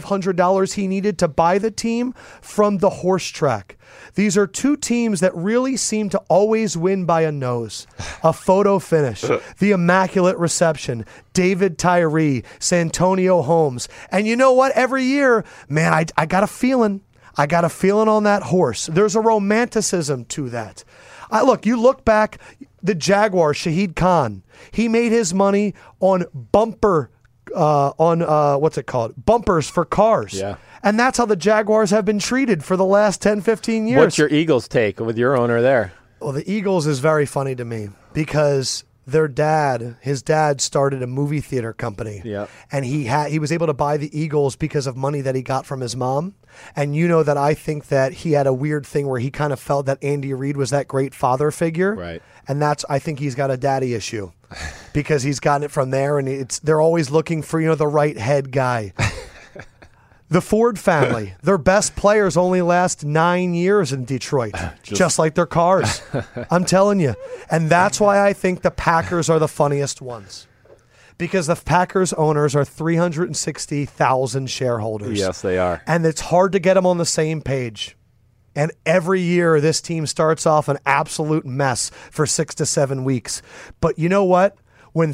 $2,500 he needed to buy the team from the horse track. These are two teams that really seem to always win by a nose. A photo finish, the immaculate reception, David Tyree, Santonio Holmes. And you know what? Every year, man, I, I got a feeling. I got a feeling on that horse. There's a romanticism to that. I look, you look back, the Jaguar, Shahid Khan, he made his money on bumper, uh, on uh, what's it called? Bumpers for cars. Yeah. And that's how the Jaguars have been treated for the last 10, 15 years. What's your Eagles take with your owner there? Well, the Eagles is very funny to me because their dad, his dad started a movie theater company. Yep. And he had he was able to buy the Eagles because of money that he got from his mom. And you know that I think that he had a weird thing where he kind of felt that Andy Reid was that great father figure. Right. And that's I think he's got a daddy issue. Because he's gotten it from there and it's they're always looking for, you know, the right head guy. The Ford family, their best players only last nine years in Detroit, just, like their cars. I'm telling you. And that's why I think the Packers are the funniest ones. Because the Packers owners are 360,000 shareholders. Yes, they are. And it's hard to get them on the same page. And every year, this team starts off an absolute mess for six to seven weeks. But you know what? When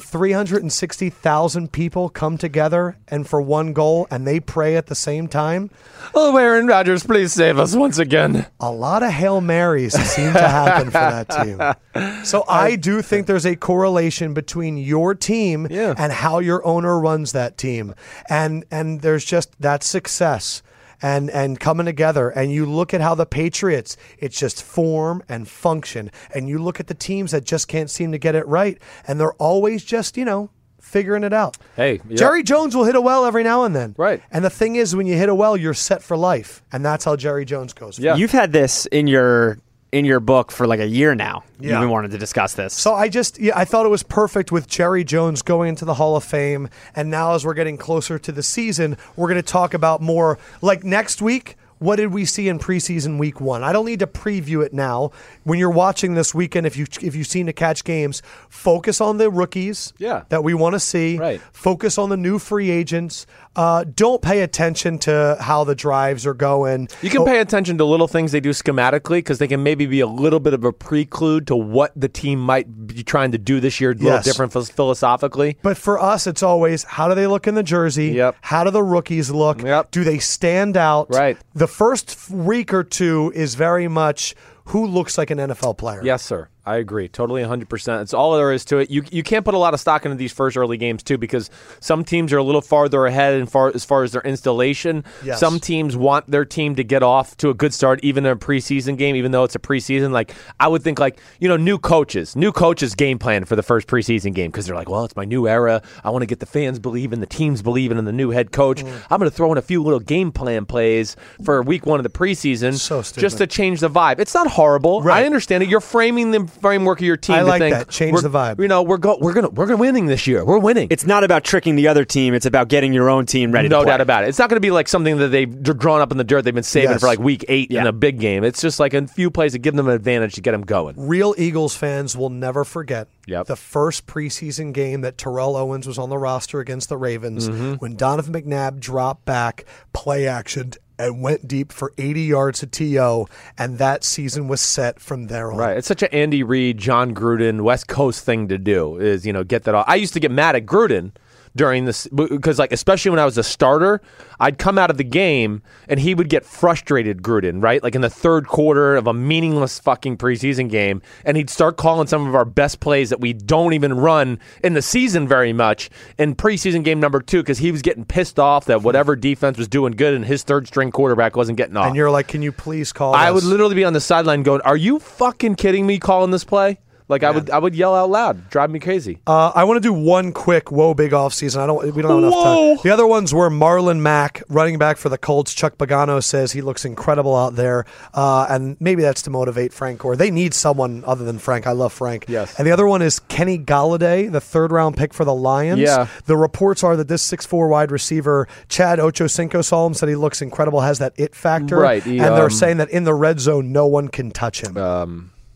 360,000 people come together and for one goal and they pray at the same time, Oh, Aaron Rodgers, please save us once again. a lot of Hail Marys seem to happen for that team. So I do think there's a correlation between your team Yeah. and how your owner runs that team. And and there's just that success and and coming together and you look at how the Patriots, it's just form and function. And you look at the teams that just can't seem to get it right and they're always just, you know, figuring it out. Hey, yeah. Jerry Jones will hit a well every now and then. Right. And the thing is when you hit a well, you're set for life. And that's how Jerry Jones goes. Yeah. You've had this in your in your book for like a year now. Yeah. You've been wanting to discuss this. So I just yeah, I thought it was perfect with Jerry Jones going into the Hall of Fame, and now as we're getting closer to the season, we're going to talk about more like next week. What did we see in preseason week one? I don't need to preview it now. When you're watching this weekend, if you if you seem to catch games, focus on the rookies Yeah. that we want to see. Right. Focus on the new free agents. Uh, don't pay attention to how the drives are going. You can pay attention to little things they do schematically because they can maybe be a little bit of a preclude to what the team might be trying to do this year, a little Yes. different phil- philosophically. But for us, it's always how do they look in the jersey? Yep. How do the rookies look? Yep. Do they stand out? Right. The first f- week or two is very much who looks like an NFL player. Yes, sir. I agree. Totally 100%. It's all there is to it. You you can't put a lot of stock into these first early games, too, because some teams are a little farther ahead in far, as far as their installation. Yes. Some teams want their team to get off to a good start, even in a preseason game, even though it's a preseason. Like, I would think, like, you know, new coaches, new coaches game plan for the first preseason game because they're like, well, it's my new era. I want to get the fans believing, the teams believing in the new head coach. I'm going to throw in a few little game plan plays for week one of the preseason So stupid. just to change the vibe. It's not horrible. Right. I understand it. You're framing the framework of your team. I to like think, that. Change we're- the vibe. You know, we're go, we're gonna we're gonna winning this year. We're winning. it's not about tricking the other team. It's about getting your own team ready. no to play. doubt about it. It's not going to be like something that they've d- drawn up in the dirt. They've been saving Yes. for like week eight in Yeah. a big game. It's just like a few plays that give them an advantage to get them going. Real Eagles fans will never forget Yep. the first preseason game that Terrell Owens was on the roster against the Ravens Mm-hmm. when Donovan McNabb dropped back, play actioned, and went deep for 80 yards to T.O., and that season was set from there on. Right. It's such an Andy Reid, John Gruden, West Coast thing to do is you know get that. All. I used to get mad at Gruden during this because like especially when I was a starter, I'd come out of the game and he would get frustrated Gruden, right? Like in the third quarter of a meaningless fucking preseason game and he'd start calling some of our best plays that we don't even run in the season very much in preseason game number 2 cuz he was getting pissed off that whatever defense was doing good and his third string quarterback wasn't getting off. And you're like, can you please call? I us?" would literally be on the sideline going, "Are you fucking kidding me calling this play?" Like I would I would yell out loud, drive me crazy. Uh, I want to do one quick whoa big offseason. I don't. We don't have enough Whoa. time. The other ones were Marlon Mack, running back for the Colts. Chuck Pagano says he looks incredible out there, uh, and maybe that's to motivate Frank. Or they need someone other than Frank. I love Frank. Yes. And the other one is Kenny Galladay, the third round pick for the Lions. Yeah. The reports are that this six four wide receiver Chad Ochocinco saw him said he looks incredible, has that it factor, Right, he, and they're um, Uh, saying that in the red zone, no one can touch him.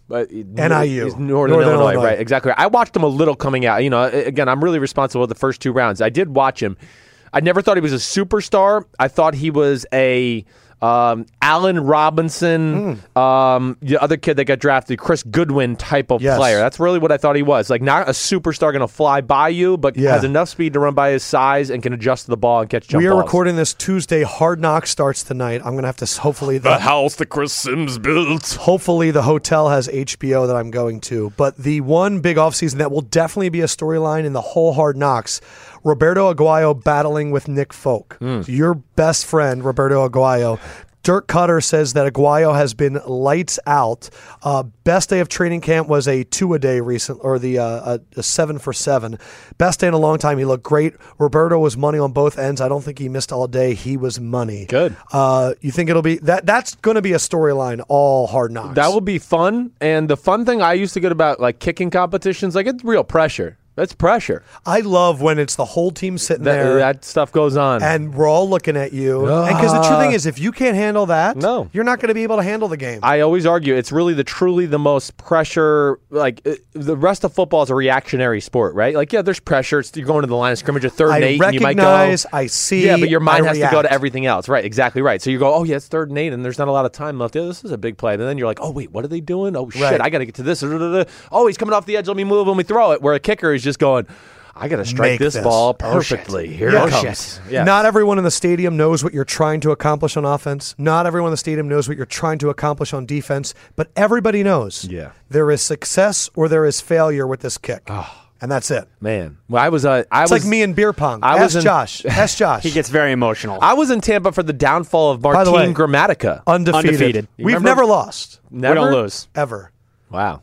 But NIU. Northern, Northern Illinois, Illinois. right? Exactly. I watched him a little coming out. You know, a- again, I'm really responsible for the first two rounds. I did watch him. I never thought he was a superstar. I thought he was a um, Allen Robinson, Hmm. um, the other kid that got drafted, Chris Goodwin type of Yes. player. That's really what I thought he was. Like not a superstar going to fly by you, but Yeah. has enough speed to run by his size and can adjust to the ball and catch jump we are balls. recording this Tuesday. Hard Knock starts tonight. I'm gonna have to s- hopefully the house that Chris Sims built. Hopefully, the hotel has HBO that I'm going to. But the one big offseason that will definitely be a storyline in the whole Hard Knocks Roberto Aguayo battling with Nick Folk. Your best friend, Roberto Aguayo. Dirk Cutter says that Aguayo has been lights out. Uh, best day of training camp was a two a day recent, or the uh, a, a seven for seven. Best day in a long time. He looked great. Roberto was money on both ends. I don't think he missed all day. He was money. Good. Uh, you think it'll be that? That's going to be a storyline all hard knocks. That will be fun. And the fun thing I used to get about like kicking competitions, like it's real pressure. That's pressure. I love when it's the whole team sitting That, there that stuff goes on. and we're all looking at you. and because the true thing is, if you can't handle that, No. you're not going to be able to handle the game. I always argue it's really the truly the most pressure. Like uh, the rest of football is a reactionary sport, right? Like yeah, there's pressure. It's, you're going to the line of scrimmage at third I and eight, and you might go. recognize, I see, Yeah, but your mind I has to go to react. everything else, right? Exactly right. So you go, oh yeah, it's third and eight, and there's not a lot of time left. Yeah, this is a big play. And then you're like, oh wait, what are they doing? Oh shit, Right. I got to get to this. Oh, he's coming off the edge. Let me move. Let me throw it. Where a kicker is just going, I got to strike Make this, this. ball Oh, shit. perfectly. Here Yeah. it Oh, comes. Yeah. Not everyone in the stadium knows what you're trying to accomplish on offense. Not everyone in the stadium knows what you're trying to accomplish on defense, but everybody knows Yeah. there is success or there is failure with this kick. Ah. And that's it. Man, well, I was uh, I It's was like me and beer pong. I Ask was in- Josh. Ask Josh. He gets very emotional. I was in Tampa for the downfall of the Martin way, Grammatica. undefeated. Undefeated. We've You remember- never lost we Never don't lose. ever. Wow.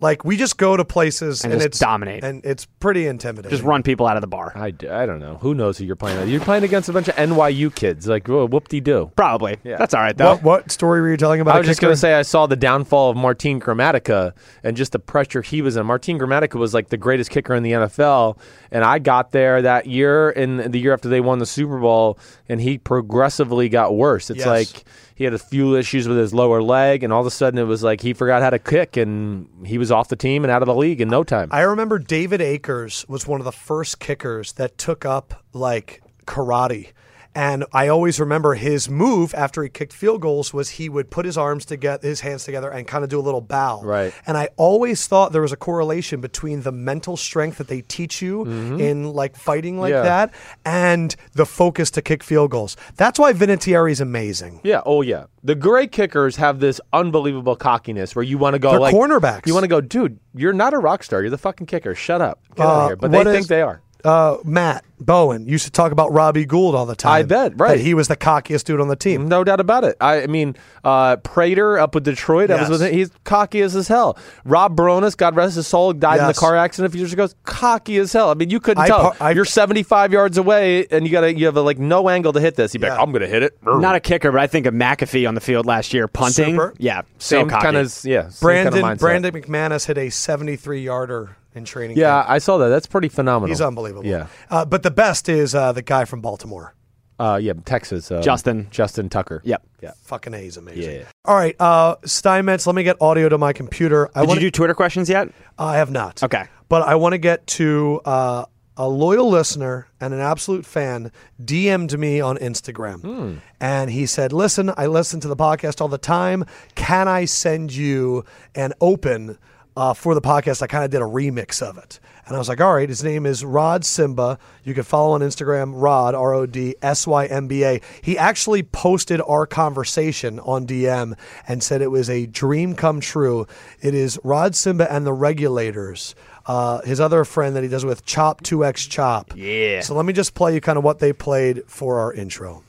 Like we just go to places and, just it's dominate. and it's pretty intimidating. Just run people out of the bar. I, d- I don't know. Who knows who you're playing? with? You're playing against a bunch of NYU kids. Like whoop de doo. Probably. That's all right though. What, what story were you telling about? I a was just kicker? going to say I saw the downfall of Martin Gramatica and just the pressure he was in. Martin Gramatica was like the greatest kicker in the NFL, and I got there that year and the year after they won the Super Bowl, and he progressively got worse. It's Yes. like he had a few issues with his lower leg, and all of a sudden it was like he forgot how to kick, and he was off the team and out of the league in no time. I remember David Akers was one of the first kickers that took up like karate. And I always remember his move after he kicked field goals was he would put his arms together, his hands together, and kind of do a little bow. Right. And I always thought there was a correlation between the mental strength that they teach you in like fighting like Mm-hmm. Yeah. that and the focus to kick field goals. That's why Vinatieri is amazing. Yeah. Oh, yeah. The great kickers have this unbelievable cockiness where you want to go They're like cornerbacks. You want to go, dude. You're not a rock star. You're the fucking kicker. Shut up. Get out Uh, of here. But what they is- think they are. Uh, Matt Bowen used to talk about Robbie Gould all the time. I bet, right. That he was the cockiest dude on the team. No doubt about it. I, I mean, uh, Prater up with Detroit. That was Yes. with, he's cocky as, as hell. Rob Baronis, God rest his soul, died in the Yes. car accident a few years ago. Cocky as hell. I mean, you couldn't I tell. par- I- You're 75 yards away, and you got to you have a, like no angle to hit this. You be like, Yeah. I'm going to hit it. Not a kicker, but I think of McAfee on the field last year punting. Super. Yeah, so same cocky. kind of yeah. same kinda Brandon mindset. Brandon McManus hit a 73 yarder in training Yeah, camp. I saw that. That's pretty phenomenal. He's unbelievable. Yeah. Uh, but the best is uh, the guy from Baltimore. Uh, yeah, Texas. Uh, Justin. Justin Tucker. Yep. Yeah. Fucking A's amazing. Yeah. All right, uh, Steinmetz, let me get audio to my computer. I Did want you do Twitter questions yet? I have not. Okay. But I want to get to uh, a loyal listener and an absolute fan DM'd me on Instagram. And he said, Listen, I listen to the podcast all the time. Can I send you an open uh, for the podcast, I kind of did a remix of it. And I was like, all right, his name is Rod Simba. You can follow on Instagram, Rod, R O D S Y M B A. He actually posted our conversation on DM and said it was a dream come true. It is Rod Simba and the Regulators, uh, his other friend that he does with Chop 2X Chop. Yeah. So let me just play you kind of what they played for our intro.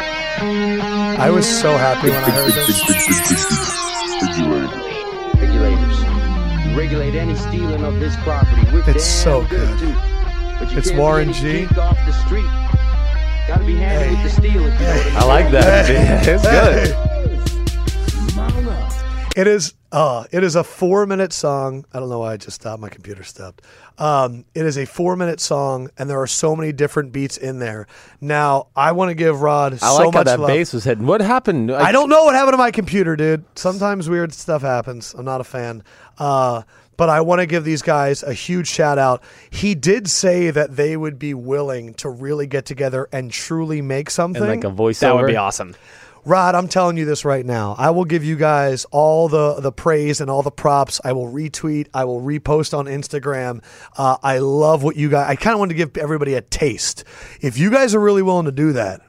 I was so happy when I heard this. regulators. You regulate any stealing of this property. We're It's damn so good. Too. But you It's can't Warren let it G. leak Off the street. Gotta be handy with the steel if you know what I mean. I like that. it's good. It is uh it is a four minute song. I don't know why I just stopped. My computer stopped. Um, it is a four minute song, and there are so many different beats in there. Now I want to give Rod I so like how much that love. bass was hitting. What happened? I don't know what happened to my computer, dude. Sometimes weird stuff happens. I'm not a fan. Uh, but I want to give these guys a huge shout out. He did say that they would be willing to really get together and truly make something. And like a voiceover. That would be awesome. Rod, I'm telling you this right now. I will give you guys all the the praise and all the props. I will retweet. I will repost on Instagram. Uh, I love what you guys. I kind of want to give everybody a taste. If you guys are really willing to do that,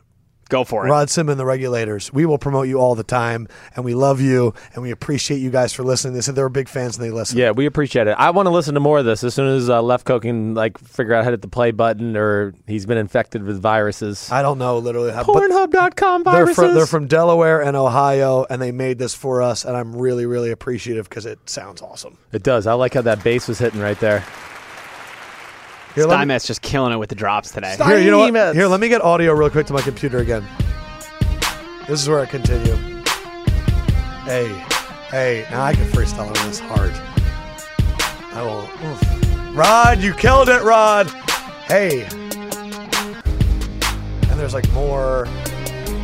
Go for it. Rod Sim and the regulators, we will promote you all the time, and we love you, and we appreciate you guys for listening. They said they're big fans and they listen. Yeah, we appreciate it. I want to listen to more of this as soon as uh, Lefko can like figure out how to hit the play button, or he's been infected with viruses. I don't know literally how. Uh, but- Pornhub.com They're viruses. from, they're from Delaware and Ohio, and they made this for us, and I'm really, really appreciative because it sounds awesome. it does. I like how that bass was hitting right there. Here, let me- Dimet's just killing it with the drops today. Here, you know what? Diamonds. Here, let me get audio real quick to my computer again. This is where I continue. Hey, hey, now I can freestyle on this hard. I will. oof. Rod, you killed it, Rod. Hey. And there's like more.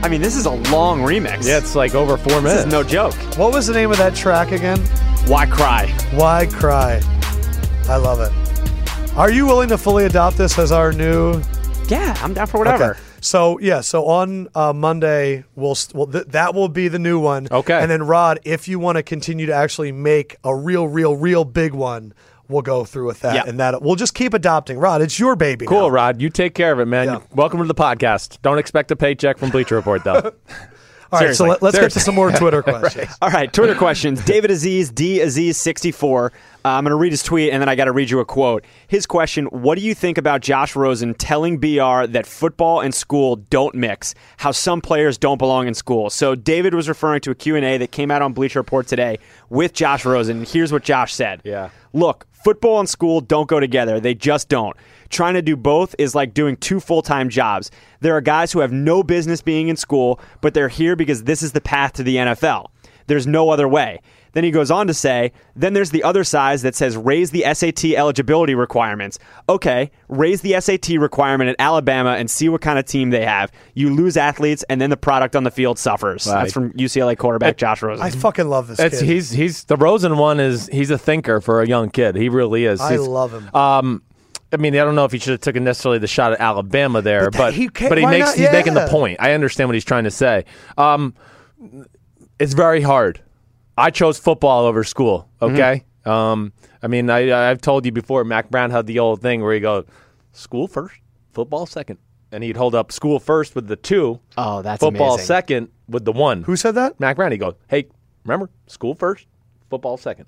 I mean, this is a long remix. Yeah, it's like over four this minutes. is no joke. What was the name of that track again? Why cry? Why Cry? I love it. Are you willing to fully adopt this as our new Yeah, I'm down for whatever. Okay. So yeah, so on uh, Monday we'll, st- well th- that will be the new one. Okay. And then Rod, if you want to continue to actually make a real, real, real big one, we'll go through with that, Yeah. and that we'll just keep adopting. Rod, it's your baby. cool, now. Rod. You take care of it, man. Yeah. Welcome to the podcast. Don't expect a paycheck from Bleacher Report though. All right, so Seriously. let, us get to some more Twitter questions. All right, Twitter questions. David Aziz, D Aziz64. Uh, I'm going to read his tweet and then I got to read you a quote. His question What do you think about Josh Rosen telling BR that football and school don't mix? How some players don't belong in school. So, David was referring to a Q&A that came out on Bleacher Report today with Josh Rosen. Here's what Josh said Yeah. Look, football and school don't go together. They just don't. Trying to do both is like doing two full time jobs. There are guys who have no business being in school, but they're here because this is the path to the NFL. There's no other way. Then he goes on to say, then there's the other side that says raise the SAT eligibility requirements. Okay, raise the SAT requirement at Alabama and see what kind of team they have. You lose athletes, and then the product on the field suffers. That's from UCLA quarterback Josh Rosen. I fucking love this It's, kid. he's he's the Rosen one is he's a thinker for a young kid. He really is. I He's- love him. Um, I mean, I don't know if he should have taken necessarily the shot at Alabama there, but that- but he he, ca- why makes not? he's making the Yeah. point. I understand what he's trying to say. Um, it's very hard. I chose football over school. Okay. Um, I mean, I I've told you before. Mac Brown had the old thing where he go, school first, football second, and he'd hold up school first with the two. Oh, that's football amazing. second with the one. Who said that? Mac Brown. He goes, "Hey, remember school first, football second.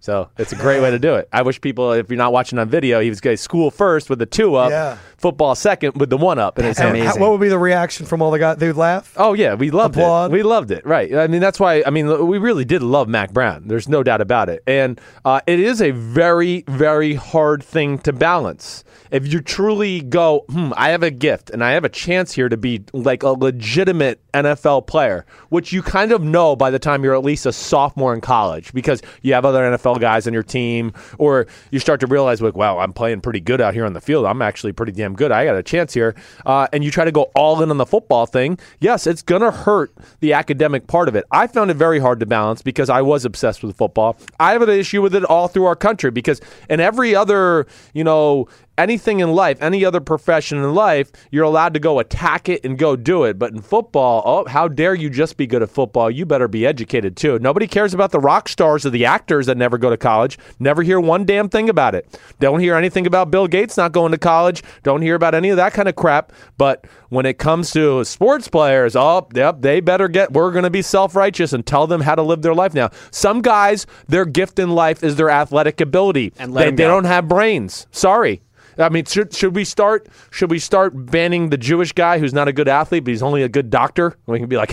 So it's a great way to do it. I wish people, if you're not watching on video, he was going school first with the two up, Yeah. football second with the one up in his And hand. how- what would be the reaction from all the guys? They'd laugh. Oh yeah, we loved Applaud. it. We loved it. Right. I mean, that's why. I mean, we really did love Mac Brown. There's no doubt about it. And uh, it is a very, very hard thing to balance. If you truly go, hmm, I have a gift and I have a chance here to be like a legitimate NFL player, which you kind of know by the time you're at least a sophomore in college because you have other NFL guys on your team, or you start to realize like, wow, I'm playing pretty good out here on the field. I'm actually pretty damn good. I got a chance here, uh, and you try to go all in on the football thing. Yes, it's gonna hurt the academic part of it. I found it very hard to balance because I was obsessed with football. I have an issue with it all through our country because in every other you know anything in life, any other profession in life, you're allowed to go attack it and go do it. But in football, oh, how dare you just be good at football? You better be educated too. Nobody cares about the rock stars or the actors that never go to college. Never hear one damn thing about it. Don't hear anything about Bill Gates not going to college. Don't hear about any of that kind of crap. But when it comes to sports players, oh, yep, they better get, we're going to be self righteous and tell them how to live their life now. Some guys, their gift in life is their athletic ability. And let they, them they go. don't have brains. Sorry. I mean, should, should we start? Should we start banning the Jewish guy who's not a good athlete, but he's only a good doctor? We can be like,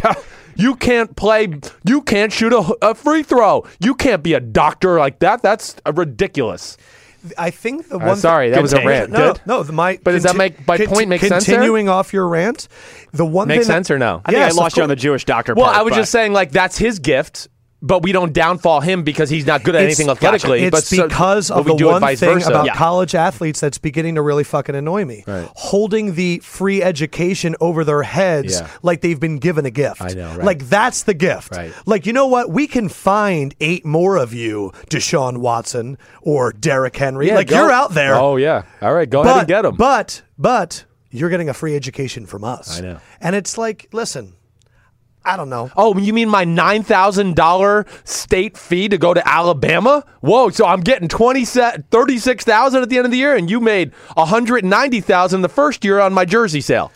you can't play, you can't shoot a, a free throw, you can't be a doctor like that. That's uh, ridiculous. I think the Uh, one. sorry, that Good was a take. rant. No, Good? no, the, my. But does that make- my point make sense there? Continuing off your rant, the one Make thing that- sense or no? I think Yes, I of lost you on the course. Jewish doctor. Well, part, I was but- just saying, like that's his gift, but we don't downfall him because he's not good at anything athletically. but It's so- because but of we the do it one vice thing versa. about Yeah. college athletes that's beginning to really fucking annoy me. Holding the free education over their heads Yeah. like they've been given a gift. I know, right. Like that's the gift. Right. Like you know what? We can find eight more of you, Deshaun Watson or Derrick Henry. Yeah, like go- you're out there. Oh yeah, all right, go but, ahead and get him. But but you're getting a free education from us. I know. And it's like, listen, I don't know. Oh, you mean my nine thousand dollar state fee to go to Alabama? Whoa! So I'm getting twenty set thirty six thousand at the end of the year, and you made one hundred ninety thousand the first year on my jersey sale.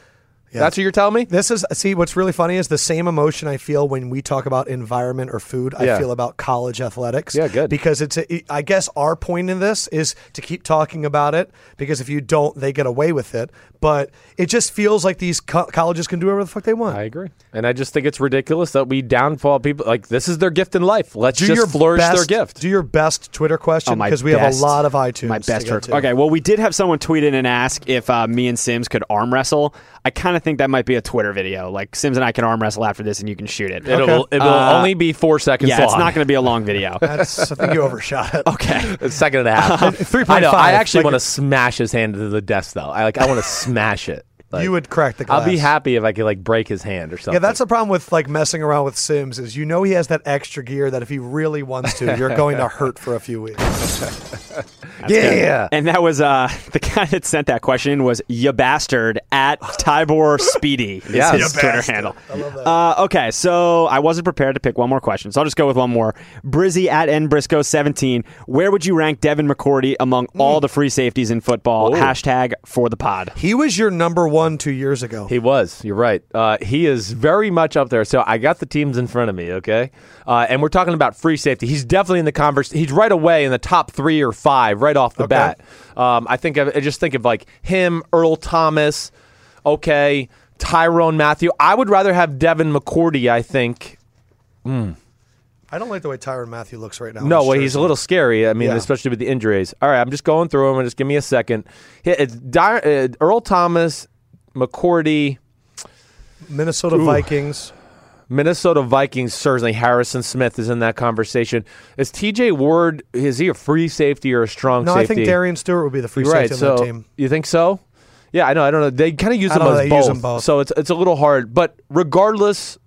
That's what you're telling me. This is see what's really funny is the same emotion I feel when we talk about environment or food. I Yeah. feel about college athletics. Yeah, good. Because it's a, I guess our point in this is to keep talking about it because if you don't, they get away with it. But it just feels like these co- colleges can do whatever the fuck they want. I agree, and I just think it's ridiculous that we downfall people. Like this is their gift in life. Let's do just your flourish best, their gift. Do your best Twitter Oh, question my because we have a best- lot of iTunes. My to best get hurt. to. Okay, well, we did have someone tweet in and ask if uh, me and Sims could arm wrestle. I kind of think that might be a Twitter video. Like Sims and I can arm wrestle after this, and you can shoot it. It'll, it'll Uh, only be four seconds yeah, long. it's not going to be a long video. That's, I think you overshot it. okay. A second and a half. Three I point know. five. I actually like want to smash his hand into the desk, though. I like. I want to smash it. Like, You would crack the glass. I'll be happy if I could like break his hand or something. Yeah, that's the problem with like messing around with Sims is you know he has that extra gear that if he really wants to, you're going to hurt for a few weeks. yeah. And that was uh, the guy that sent that question was ya bastard at Tybor Speedy. is Yes. his Ya Twitter handle. Uh, okay, so I wasn't prepared to pick one more question, so I'll just go with one more. Brizzy at nbriscoe seventeen. Where would you rank Devin McCourty among Hmm. all the free safeties in football? Hashtag for the pod. He was your number one two years ago. He was. You're right. Uh, he is very much up there. So I got the teams in front of me. Okay, uh, and we're talking about free safety. He's definitely in the converse. He's right away in the top three or five right off the bat. Um, I think of, I just think of like him, Earl Thomas. Okay, Tyrone Matthew. I would rather have Devin McCourty. I think I don't like the way Tyron Matthew looks right now. in No, his well, he's jersey. a little scary. I mean, Oh, Yeah. especially with the injuries. All right, I'm just going through them and just give me a second. Hi- It's Dy- uh, Earl Thomas, McCourty, Minnesota Vikings. Minnesota Vikings. Certainly, Harrison Smith is in that conversation. Is T.J. Ward? Is he a free safety or a strong No, I safety? think Darian Stewart would be the free You're right. safety so on that team. you think so? Yeah, I know. I don't know. They kind of use I them know, as they both, use them both. so it's it's a little hard. But regardless,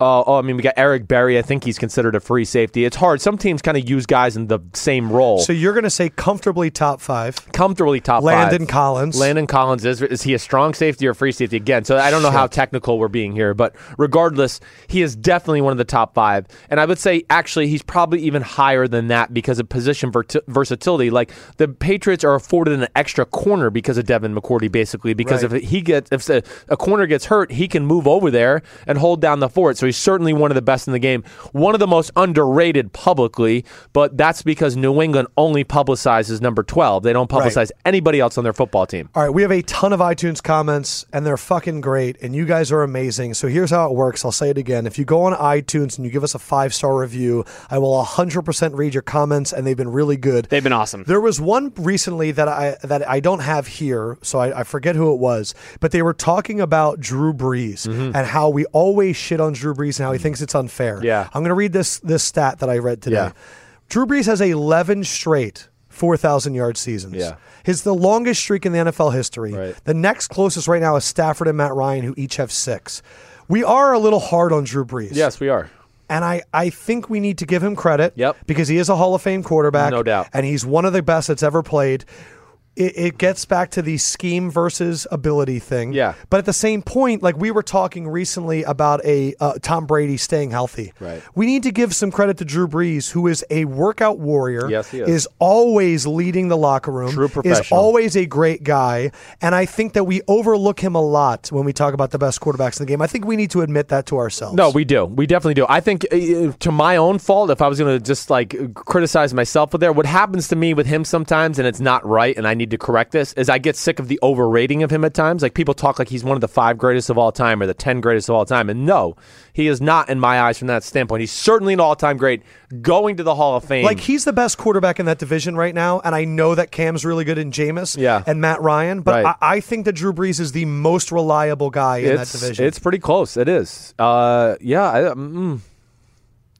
uh, oh, I mean, we got Eric Berry. I think he's considered a free safety. It's hard. Some teams kind of use guys in the same role. So you're going to say comfortably top five. comfortably top Landon five. Collins. Landon Collins is is he a strong safety or a free safety again? So I don't know how technical we're being here, but regardless, he is definitely one of the top five, and I would say actually he's probably even higher than that because of position verti- versatility. Like the Patriots are afforded an extra corner because of Devin McCourty, basically because Right. if he gets if a, a corner gets hurt, he can move over there and hold down the fort. So he's certainly one of the best in the game, one of the most underrated publicly, but that's because New England only publicizes number twelve. They don't publicize Right. anybody else on their football team. All right, we have a ton of iTunes comments, and they're fucking great, and you guys are amazing. So here's how it works. I'll say it again. If you go on iTunes and you give us a five star review, I will 100% read your comments, and they've been really good. They've been awesome. There was one recently that I that I don't have here, so I, I forget who it was, but they were talking about Drew Brees Mm-hmm. and how we always shit on Drew Brees and how he thinks it's unfair. Yeah. I'm gonna read this this stat that I read today. Yeah. Drew Brees has 11 straight 4,000 yard seasons. Yeah. His the longest streak in the NFL history. Right. The next closest right now is Stafford and Matt Ryan, who each have six. We are a little hard on Drew Brees. Yes, we are. And I, I think we need to give him credit. Yep. Because he is a Hall of Fame quarterback. No doubt. And he's one of the best that's ever played. it, it gets back to the scheme versus ability thing. Yeah. But at the same point, like we were talking recently about a uh, Tom Brady staying healthy. Right. We need to give some credit to Drew Brees, who is a workout warrior. Yes, he is. always leading the locker room. True Is professional. always a great guy, and I think that we overlook him a lot when we talk about the best quarterbacks in the game. I think we need to admit that to ourselves. No, we do. We definitely do. I think uh, to my own fault, if I was going to just like criticize myself with there, what happens to me with him sometimes, and it's not right, and I need to correct this, is I get sick of the overrating of him at times. Like people talk like he's one of the five greatest of all time or the 10 greatest of all time. And no, he is not in my eyes from that standpoint. He's certainly an all time great going to the Hall of Fame. Like he's the best quarterback in that division right now, and I know that Cam's really good in Jameis Yeah. and Matt Ryan, but Right. I, I think that Drew Brees is the most reliable guy in it's, that division. it's pretty close. It is. Uh, yeah. I, mm,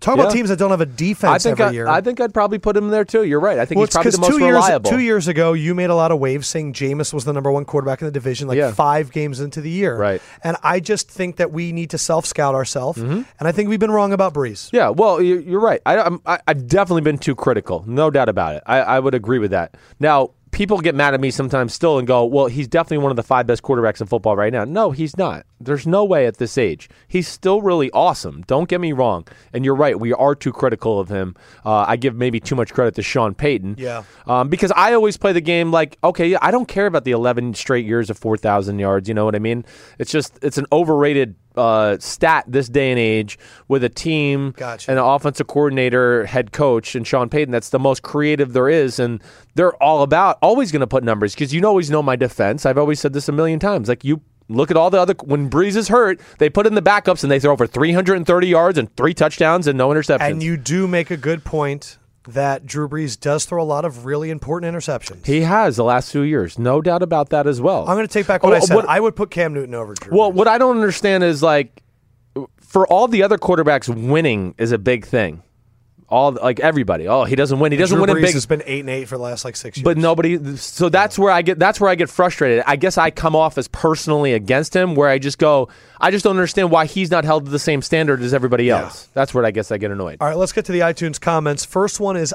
Talk about yeah. teams that don't have a defense I think every I, year. I think I'd probably put him there too. You're right. I think well, he's probably because the most two years reliable. two years ago, you made a lot of waves saying Jameis was the number one quarterback in the division, like Yeah. five games into the year. Right. Mm-hmm. And I just think that we need to self scout ourselves, and I think we've been wrong about Brees. Yeah, well, you- you're right. I, I'm, I, I've definitely been too critical, no doubt about it. I, I would agree with that. Now, people get mad at me sometimes still and go, "Well, he's definitely one of the five best quarterbacks in football right now." No, he's not. There's no way at this age. He's still really awesome. Don't get me wrong. And you're right. We are too critical of him. Uh, I give maybe too much credit to Sean Payton. Yeah. Um, because I always play the game like, okay, yeah, I don't care about the 11 straight years of 4,000 yards. You know what I mean? It's just, it's an overrated uh, stat this day and age with a team Gotcha. and an offensive coordinator, head coach, and Sean Payton. That's the most creative there is. And they're all about always going to put numbers because you always know my defense. I've always said this a million times. Like, you. Look at all the other when Breeze is hurt, they put in the backups and they throw for 330 yards and three touchdowns and no interceptions. And you do make a good point that Drew Brees does throw a lot of really important interceptions. he has the last few years, no doubt about that as well. I'm going to take back what Oh, I said. what- I would put Cam Newton over Drew. Well, Brees. what I don't understand is like for all the other quarterbacks, winning is a big thing. All like everybody. Oh, he doesn't win. He doesn't Drew win in Brees big. has been eight and eight for the last like six years. But nobody. So that's where I get. That's where I get frustrated. I guess I come off as personally against him, where I just go. I just don't understand why he's not held to the same standard as everybody else. That's where I guess I get annoyed. All right, let's get to the iTunes comments. First one is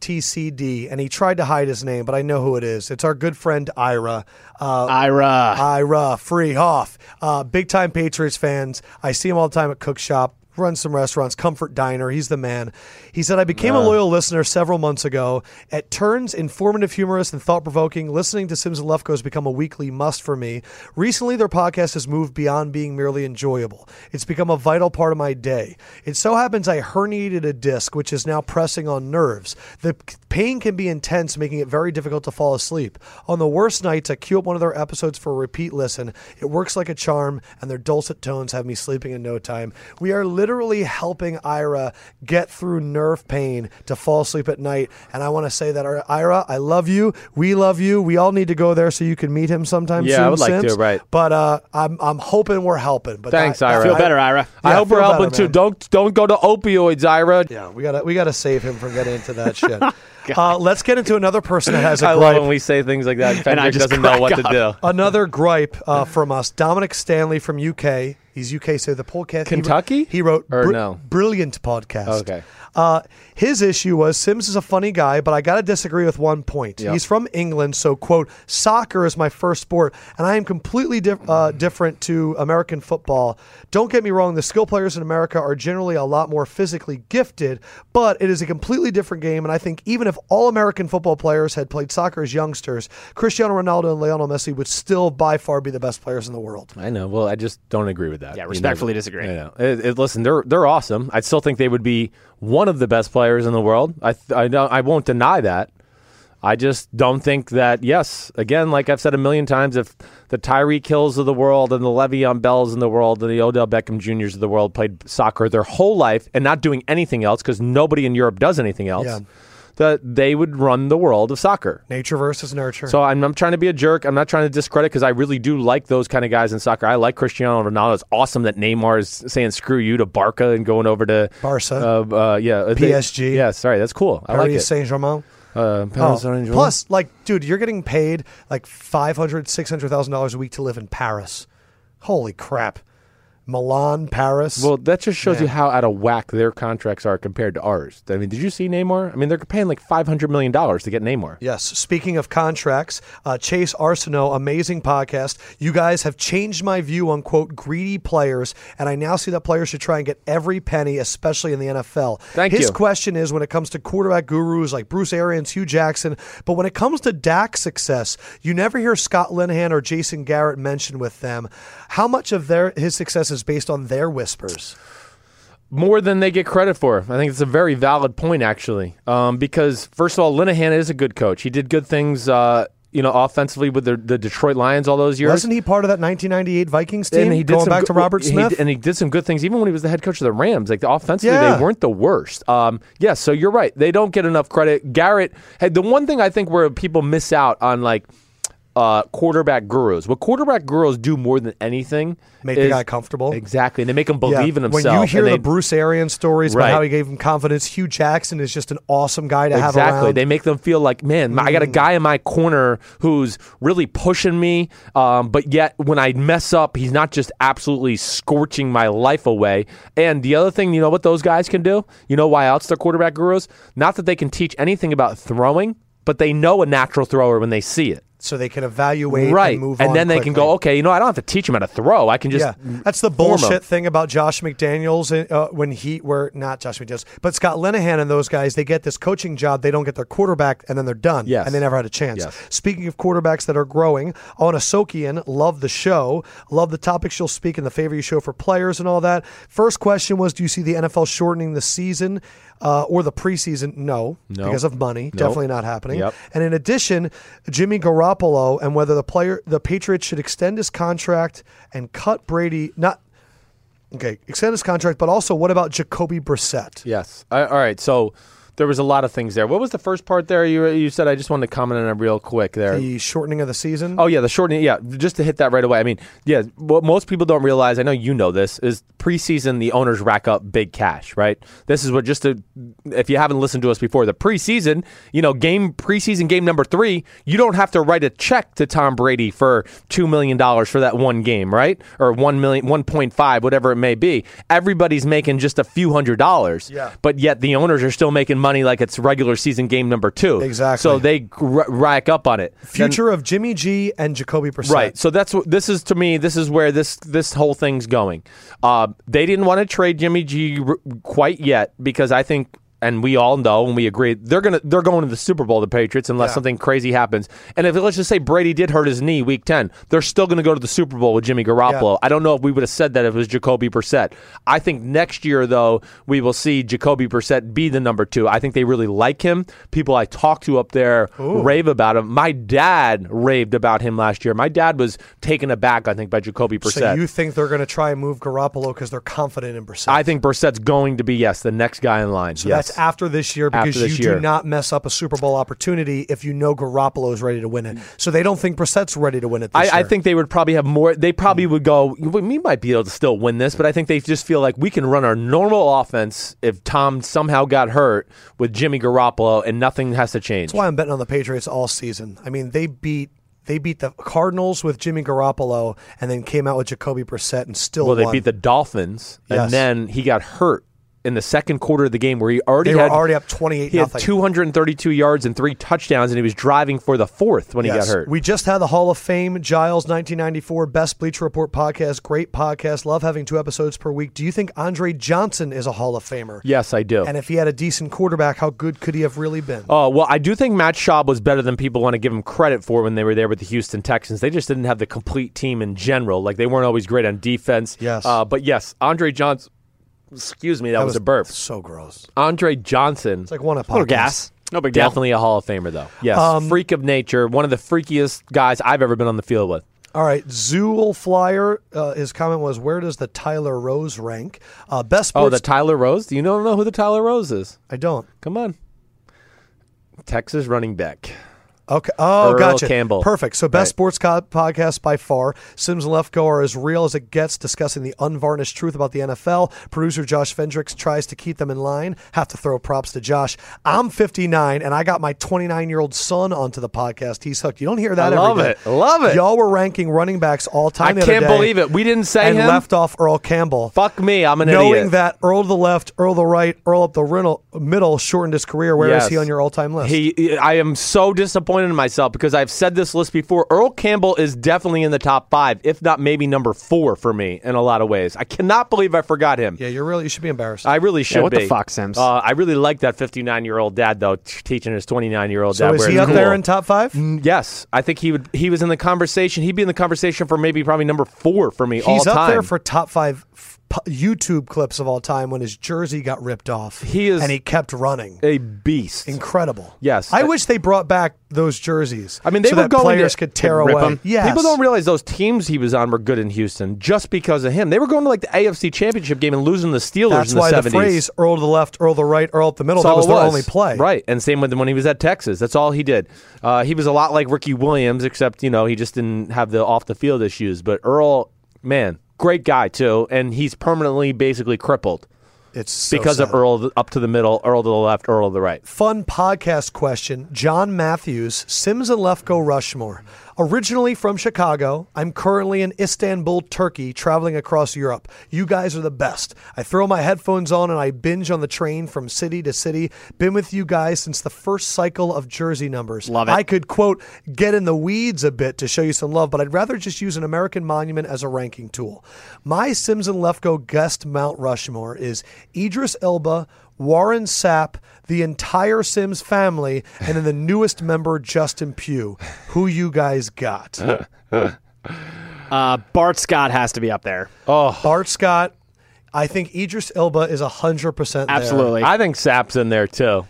INFTCD, and he tried to hide his name, but I know who it is. It's our good friend Ira. Uh, Ira. Ira Free Hoff. Uh, big time Patriots fans. I see him all the time at Cook Shop. Runs some restaurants, Comfort Diner. He's the man. He said, I became a loyal listener several months ago. At turns, informative, humorous, and thought provoking, listening to Sims and Lefko has become a weekly must for me. Recently, their podcast has moved beyond being merely enjoyable. It's become a vital part of my day. It so happens I herniated a disc, which is now pressing on nerves. The c- pain can be intense, making it very difficult to fall asleep. On the worst nights, I queue up one of their episodes for a repeat listen. It works like a charm, and their dulcet tones have me sleeping in no time. We are literally helping Ira get through nerve pain to fall asleep at night. And I want to say that, our- Ira, I love you. We love you. We all need to go there so you can meet him sometime Yeah, I soon. would like to, Sims. right. But uh, I'm, I'm hoping we're helping. But Thanks, I, Ira. Feel better, Ira. I Yeah, hope we're feel helping better, too. man. Don't don't go to opioids, Ira. Yeah, we gotta we gotta save him from getting into that shit. uh, let's get into another person that has a Oh, I love when gripe. we say things like that. I Fendrick just doesn't know crack what up. to do. Another gripe uh, from us, Dominic Stanley from UK. He's UK, so the podcast. he wrote- Kentucky? He wrote, Or "Br- no? brilliant podcast. Okay. Uh, his issue was Sims is a funny guy, but I got to disagree with one point. Yeah. He's from England, so quote, soccer is my first sport, and I am completely dif- uh, different to American football. Don't get me wrong, the skill players in America are generally a lot more physically gifted, but it is a completely different game, and I think even if all American football players had played soccer as youngsters, Cristiano Ronaldo and Lionel Messi would still by far be the best players in the world. I know. Well, I just don't agree with that. Yeah, You know, respectfully disagree. I know. It, it- listen, they're they're awesome. I still think they would be one of the best players in the world. I th- I, don't- I won't deny that. I just don't think that. Yes, again, like I've said a million times, if the Tyree Kills of the world and the Le'Veon Bells in the world and the Odell Beckham Juniors of the world played soccer their whole life and not doing anything else because nobody in Europe does anything else, Yeah. that they would run the world of soccer. Nature versus nurture. So I'm, I'm trying to be a jerk. I'm not trying to discredit because I really do like those kind of guys in soccer. I like Cristiano Ronaldo. It's awesome that Neymar is saying "screw you" to Barca and going over to Barca. Uh, uh, yeah, uh, they- PSG. yeah, sorry, that's cool. I Paris like it. Saint Germain. uh, Oh, Paris Saint-Germain. Plus, like, dude, you're getting paid like five hundred, six hundred thousand dollars a week to live in Paris. Holy crap! Milan, Paris. Well, that just shows you how out of whack their contracts are compared to ours. I mean, did you see Neymar? I mean, they're paying like five hundred million dollars to get Neymar. Yes. Speaking of contracts, uh, Chase Arsenault, amazing podcast. You guys have changed my view on quote greedy players, and I now see that players should try and get every penny, especially in the NFL. Thank His you. question is when it comes to quarterback gurus like Bruce Arians, Hugh Jackson, but when it comes to Dak success, you never hear Scott Linehan or Jason Garrett mentioned with them. How much of their his success is based on their whispers? more than they get credit for. I think it's a very valid point, actually, um, because first of all, Linehan is a good coach. He did good things, uh, you know, offensively with the, the Detroit Lions all those years. Wasn't he part of that 1998 Vikings team? And he did going some back go- to Robert he Smith. d- and he did some good things, even when he was the head coach of the Rams. Like offensively, Yeah. they weren't the worst. Um, yeah, so you're right. They don't get enough credit. Garrett had the one thing I think where people miss out on, like. Uh, quarterback gurus. What quarterback gurus do more than anything Make the is- guy comfortable. Exactly, and they make him believe Yeah. in himself. When you and hear they- the Bruce Arians stories Right. about how he gave him confidence, Hugh Jackson is just an awesome guy to have Exactly. around. They make them feel like, man, I Mm. got a guy in my corner who's really pushing me, um, but yet when I mess up, he's not just absolutely scorching my life away. And the other thing, you know what those guys can do? You know why else they're quarterback gurus? Not that they can teach anything about throwing, but they know a natural thrower when they see it. so they can evaluate right. and move and on then they can quickly. go, okay, you know, I don't have to teach him how to throw. I can just. yeah, that's the form 'em." bullshit thing about Josh McDaniels uh, when he were not Josh McDaniels, but Scott Linehan and those guys. They get this coaching job, they don't get their quarterback, and then they're done. Yes. and they never had a chance. Yes. Speaking of quarterbacks that are growing, Anna Sokian, love the show, love the topics she'll speak and the favor you show for players and all that. First question was, do you see the NFL shortening the season uh, or the preseason? No, No. because of money, Nope. definitely not happening. Yep. And in addition, Jimmy Garoppolo and whether the player the Patriots should extend his contract and cut Brady not okay, extend his contract, but also what about Jacoby Brissett? Yes. I, all right. So there was a lot of things there. What was the first part there? You you said I just wanted to comment on it real quick there. The shortening of the season. Oh yeah, the shortening. Yeah, just to hit that right away. I mean, yeah, what most people don't realize, I know you know this, is preseason the owners rack up big cash, right? This is what just to, if you haven't listened to us before, the preseason, you know, game preseason game number three, you don't have to write a check to Tom Brady for two million dollars for that one game, right? Or one million, one point five, whatever it may be. Everybody's making just a few hundred dollars, Yeah. But yet the owners are still making money like it's regular season game number two, Exactly. So they r- rack up on it. Then- Future of Jimmy G and Jacoby Brissett. Right. So that's what this is to me. This is where this this whole thing's going. Uh, they didn't want to trade Jimmy G r- quite yet because I think, and we all know and we agree, they're gonna they're going to the Super Bowl, the Patriots, unless Yeah. something crazy happens. And if let's just say Brady did hurt his knee Week Ten, they're still going to go to the Super Bowl with Jimmy Garoppolo. I don't know if we would have said that if it was Jacoby Brissett. I think next year though we will see Jacoby Brissett be the number two. I think they really like him. People I talk to up there rave about him. My dad raved about him last year. My dad was taken aback, I think, by Jacoby Brissett. So you think they're going to try and move Garoppolo because they're confident in Brissett? I think Brissett's going to be yes, the next guy in line. So yes. that's after this year because After this you do year. not mess up a Super Bowl opportunity if you know Garoppolo is ready to win it. So they don't think Brissett's ready to win it this I, I year. Mm-hmm. think they would probably have more. They probably would go. "We- We might be able to still win this, but I think they just feel like we can run our normal offense if Tom somehow got hurt with Jimmy Garoppolo, and nothing has to change. That's why I'm betting on the Patriots all season. I mean, they beat they beat the Cardinals with Jimmy Garoppolo, and then came out with Jacoby Brissett and still Well, they won. beat the Dolphins, Yes. and then he got hurt in the second quarter of the game where he already They were had already up 28 He had nothing. 232 yards and three touchdowns, and he was driving for the fourth when he Yes. got hurt. We just had the Hall of Fame Giles 1994 Best Bleacher Report podcast. Great podcast. Love having two episodes per week. Do you think Andre Johnson is a Hall of Famer? yes, I do. And if he had a decent quarterback, how good could he have really been? Oh, well, I do think Matt Schaub was better than people want to give him credit for when they were there with the Houston Texans. They just didn't have the complete team in general. Like, they weren't always great on defense. Yes. Uh, but yes, Andre Johnson, excuse me, that, was, a burp. So gross. Andre Johnson, It's like one up. Little gas. No big deal. Oh, definitely a Hall of Famer, though. Yes. Um, Freak of nature, one of the freakiest guys I've ever been on the field with. All right, Zool Flyer. Uh, his comment was, "Where does the Tyler Rose rank? Uh, best Oh, sports? the Tyler Rose? Do you don't know who the Tyler Rose is? I don't. Come on. Texas running back. Okay. Oh, Earl gotcha. Campbell. Perfect. So, best Right. sports co- podcast by far. Sims and Lefko are as real as it gets, discussing the unvarnished truth about the NFL. Producer Josh Vendricks tries to keep them in line. Have to throw props to Josh. I'm 59, and I got my 29 year old son onto the podcast. He's hooked. You don't hear that. I every love day. it. Love it. Y'all were ranking running backs all time. I the other can't day believe it. We didn't say and him. left off Earl Campbell. Fuck me. I'm an Knowing idiot. that Earl to the left, Earl to the right, Earl up the riddle, middle shortened his career. Where is Yes. he on your all-time list? He, I am so disappointed in myself because I've said this list before. Earl Campbell is definitely in the top five, if not maybe number four for me in a lot of ways. I cannot believe I forgot him. yeah, you're really. You should be embarrassed. I really should what the be. fuck, Sims? Uh, I really like that 59 year old dad though, t- teaching his 29 year old so dad. is where he it's up cool. there in top five? Yes, I think he would. He was in the conversation. He'd be in the conversation for maybe probably number four for me all He's up time. there for top five f- pu- YouTube clips of all time when his jersey got ripped off. He is- and he kept running. a beast. Incredible. Yes. I, wish they brought back those jerseys. I mean, they so were that going players to could tear rip away. 'em. Yes. People don't realize those teams he was on were good in Houston just because of him. They were going to like the AFC Championship game and losing the Steelers That's in the why 70s. the phrase "Earl to the left, Earl to the right, Earl up the middle" That's that all was it their only play. Right. And same with him when he was at Texas. That's all he did. Uh, he was a lot like Ricky Williams, except, you know, he just didn't have the off the field issues. But Earl, man, great guy, too. And he's permanently basically crippled It's so because sad. of Earl up to the middle, Earl to the left, Earl to the right. fun podcast question. John Matthews, Sims and Lefko Rushmore. Originally from Chicago, I'm currently in Istanbul, Turkey, traveling across Europe. You guys are the best. I throw my headphones on and I binge on the train from city to city. Been with you guys since the first cycle of jersey numbers. Love it. I could quote get in the weeds a bit to show you some love, but I'd rather just use an American monument as a ranking tool. My Sims and Lefko guest Mount Rushmore is Idris Elba, Warren Sapp, the entire Sims family, and then the newest member Justin Pugh. Who you guys got? Uh, Bart Scott has to be up there. Bart Scott. I think Idris Elba is hundred percent. Absolutely. I think Sap's in there, too.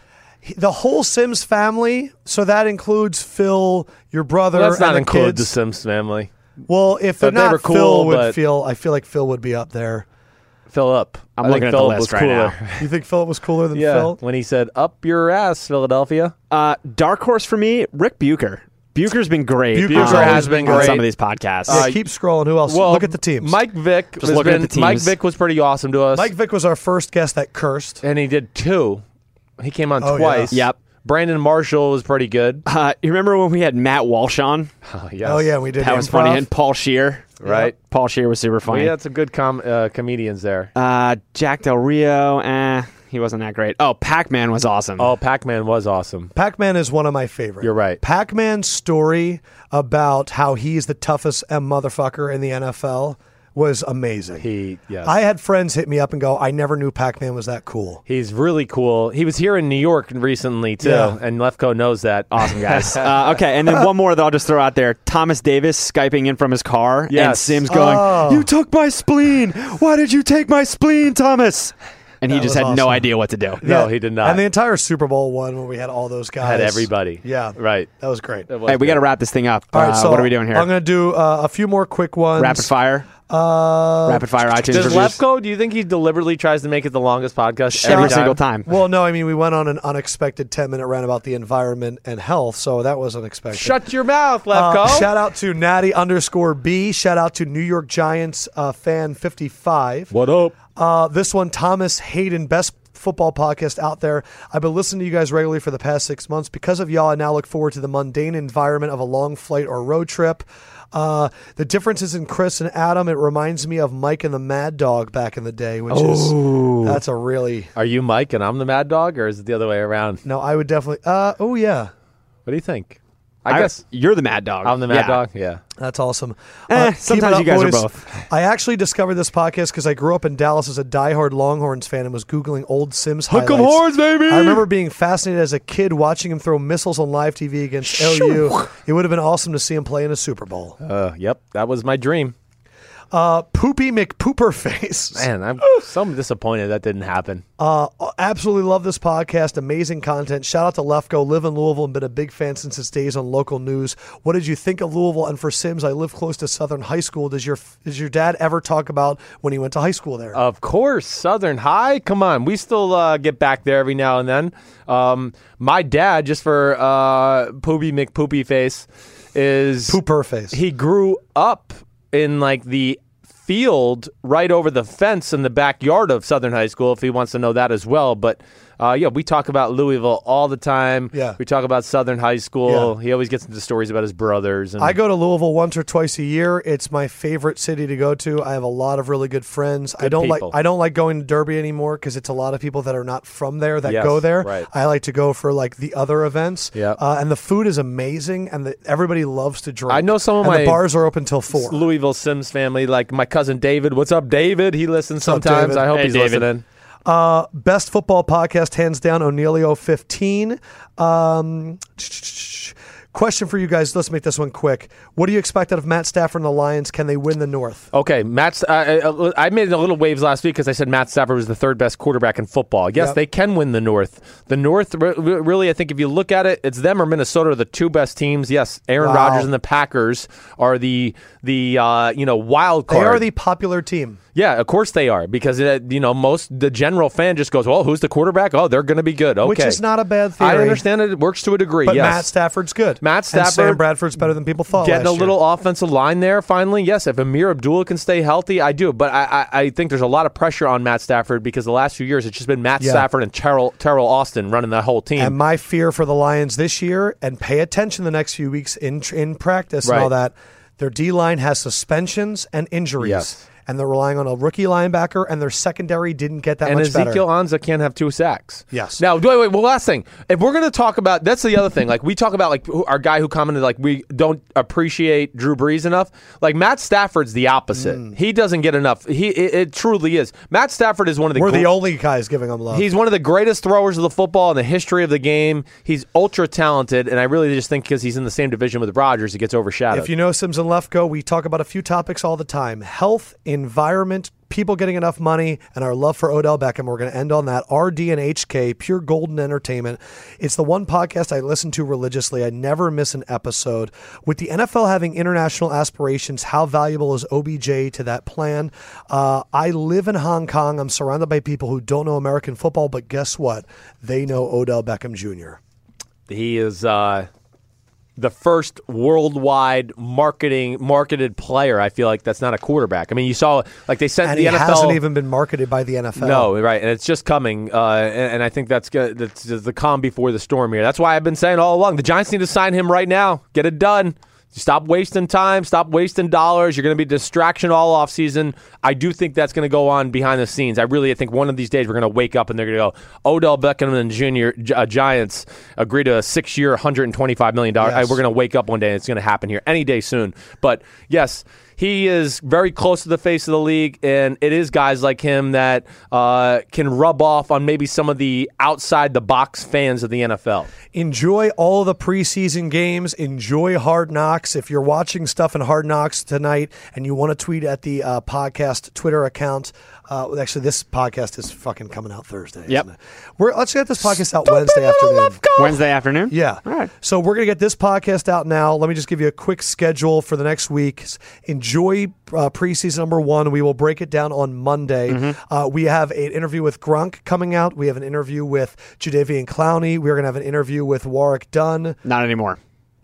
the whole Sims family. So that includes Phil, your brother. Let's and not the include the kids. Sims family. Well, if they're But they not were cool, Phil would but- feel I feel like Phil would be up there. Fill up. I'm I think looking at the Phillip was list right cooler. now. You think Phil was cooler than Yeah, Phil? when he said "up your ass, Philadelphia," Uh, dark horse for me, Rick Bucher. Bucher's been great. Bucher on- has been on great. Uh, some of these podcasts. Yeah, keep scrolling. Who else? Look at the teams. Mike Vick Just has looking at been- the teams. Mike Vick was pretty awesome to us. Mike Vick was our first guest that cursed. and he did two. He came on Oh, yeah. twice. Yep. Brandon Marshall was pretty good. uh, you remember when we had Matt Walsh on? Oh, yes. Oh yeah, we did. That was improv. funny. And Paul Shear. Right. Paul Shear was super funny. We had some good com- uh, comedians there. Uh, Jack Del Rio, eh, he wasn't that great. Oh, Pac Man was awesome. Oh, Pac-Man was awesome. Pac-Man is one of my favorite. You're right. Pac-Man's story about how he's the toughest M motherfucker in the NFL was amazing. He yes. I had friends hit me up and go, "I never knew Pac-Man was that cool." He's really cool. He was here in New York recently too, Yeah. and Lefko knows that. Awesome guys. uh, okay, and then one more that I'll just throw out there. Thomas Davis skyping in from his car, and Yes. Sims going, Oh. "You took my spleen. Why did you take my spleen, Thomas?" And he just was had no awesome. idea what to do. No, he did not. And the entire Super Bowl one where we had all those guys. Had everybody. Yeah. Right. That was great. All Hey, we got to wrap this thing up. uh, what are we doing here? I'm going to do uh, a few more quick ones. rapid fire, Uh, rapid fire iTunes Does reviews Lefko? Do you think he deliberately tries to make it the longest podcast every single time. Well, no, I mean we went on an unexpected ten minute rant about the environment and health, so that was unexpected. Shut your mouth, Uh, Lefko. shout out to Natty underscore B. Shout out to New York Giants uh, fan fifty five. what up? Uh, this one, Thomas Hayden, best football podcast out there. I've been listening to you guys regularly for the past six months. Because of y'all, I now look forward to the mundane environment of a long flight or road trip. Uh, the differences in Chris and Adam, it reminds me of Mike and the Mad Dog back in the day, which is that's a really Are you Mike and I'm the Mad Dog, or is it the other way around? no. I would definitely. Uh, oh yeah, What do you think? I, I, guess you're the Mad Dog. I'm the Mad Yeah. Dog. Yeah. That's awesome. Uh, Eh, keep it sometimes you guys are boys. both. I actually discovered this podcast because I grew up in Dallas as a diehard Longhorns fan and was Googling old Sims highlights. 'em horns, baby! I remember being fascinated as a kid watching him throw missiles on live TV against Uh, LU. It would have been awesome to see him play in a Super Bowl. Uh, yep, that was my dream. Uh, Poopy McPooperface. Man, I'm so disappointed that didn't happen. Uh, absolutely love this podcast. Amazing content. Shout out to Lefko. Live in Louisville and been a big fan since its days on local news. What did you think of Louisville? And for Sims, I live close to Southern High School. Does your does your dad ever talk about when he went to high school there? Of course, Southern High. Come on, we still uh, get back there every now and then. Um, my dad, just for uh, Poopy McPoopy Face, is Pooper face. he grew up in like the field right over the fence in the backyard of Southern High School. If he wants to know that as well, but uh, yeah, we talk about Louisville all the time. Yeah. we talk about Southern High School. Yeah. He always gets into stories about his brothers. And I go to Louisville once or twice a year. It's my favorite city to go to. I have a lot of really good friends. I don't people. like I don't like going to Derby anymore because it's a lot of people that are not from there that Yes, go there. right. I like to go for like the other events. Yeah. uh, and the food is amazing, and the, everybody loves to drink. I know some of and my- the bars are open till four. Louisville Sims family, like my cousin David. What's up, David? He listens up, sometimes. David? I hope Hey, he's David. listening. Uh, best football podcast, hands down, O'Neillio 15. Um, question for you guys. Let's make this one quick. What do you expect out of Matt Stafford and the Lions? Can they win the North? Okay, Matt's. I, I I made a little waves last week because I said Matt Stafford was the third best quarterback in football. Yes, Yep. they can win the North. The North, re- re- really, I think if you look at it, it's them or Minnesota are the two best teams. Yes, Aaron Wow. Rodgers and the Packers are the the uh, you know wild They card. are the popular team. yeah, of course they are because uh you know most the general fan just goes, well, who's the quarterback? Oh, they're going to be good. Okay, Which is not a bad I theory. understand it works to a degree. But yes. Matt Stafford's good. Matt And Sam Stafford Bradford's better than people thought. Getting a last year. little offensive line there finally. Yes, if Amir Abdullah can stay healthy, I do. But I, I, I think there's a lot of pressure on Matt Stafford because the last few years it's just been Matt Yeah. Stafford and Terrell, Terrell Austin running that whole team. And my fear for the Lions this year, and pay attention the next few weeks in in practice and all Right. that. Their D line has suspensions and injuries, Yes. and they're relying on a rookie linebacker, and their secondary didn't get that and much better. Ezekiel Anza can't have two sacks. Yes. Now, wait, wait. Well, last thing, if we're going to talk about, that's the other thing. Like we talk about, like who- our guy who commented, like we don't appreciate Drew Brees enough. Like Matt Stafford's the opposite. Mm. He doesn't get enough. He it, it truly is. Matt Stafford is one of the We're the gr- only guys giving them love. He's one of the greatest throwers of the football in the history of the game. He's ultra talented, and I really just think because he's in the same division with Rodgers, he gets overshadowed. if you know Sims and Lefko, we talk about a few topics all the time: health, environment, people getting enough money, and our love for Odell Beckham. We're going to end on that. RD and HK, pure golden entertainment. It's the one podcast I listen to religiously. I never miss an episode. With the NFL having international aspirations, how valuable is OBJ to that plan? Uh, I live in Hong Kong. I'm surrounded by people who don't know American football, but guess what? They know Odell Beckham Jr. he is uh, the first worldwide marketing marketed player. I feel like that's not a quarterback. I mean, you saw like they sent And the he NFL. hasn't even been marketed by the NFL. No, right, and it's just coming, uh, and, and I think that's good. That's just the calm before the storm here. That's why I've been saying all along: the Giants need to sign him right now. Get it done. Stop wasting time. Stop wasting dollars. You're going to be a distraction all off season. I do think that's going to go on behind the scenes. I really think one of these days we're going to wake up and they're going to go, Odell Beckham and Junior Gi- uh, Giants agree to a six year, 125 million dollars. Yes. We're going to wake up one day and it's going to happen here any day soon. But yes, he is very close to the face of the league, and it is guys like him that uh, can rub off on maybe some of the outside the box fans of the NFL. Enjoy all the preseason games. Enjoy Hard Knocks. If you're watching stuff in Hard Knocks tonight and you want to tweet at the uh, podcast Twitter account, uh, well, actually, this podcast is fucking coming out Thursday. Yep. Isn't it? We're, let's get this podcast out Wednesday afternoon. Wednesday afternoon? Yeah. All right. So we're going to get this podcast out now. Let me just give you a quick schedule for the next week. Enjoy uh, preseason number one. We will break it down on Monday. Mm-hmm. Uh, we have an interview with Grunk coming out. We have an interview with Jadavian Clowney. We're going to have an interview with Warwick Dunn. Not anymore.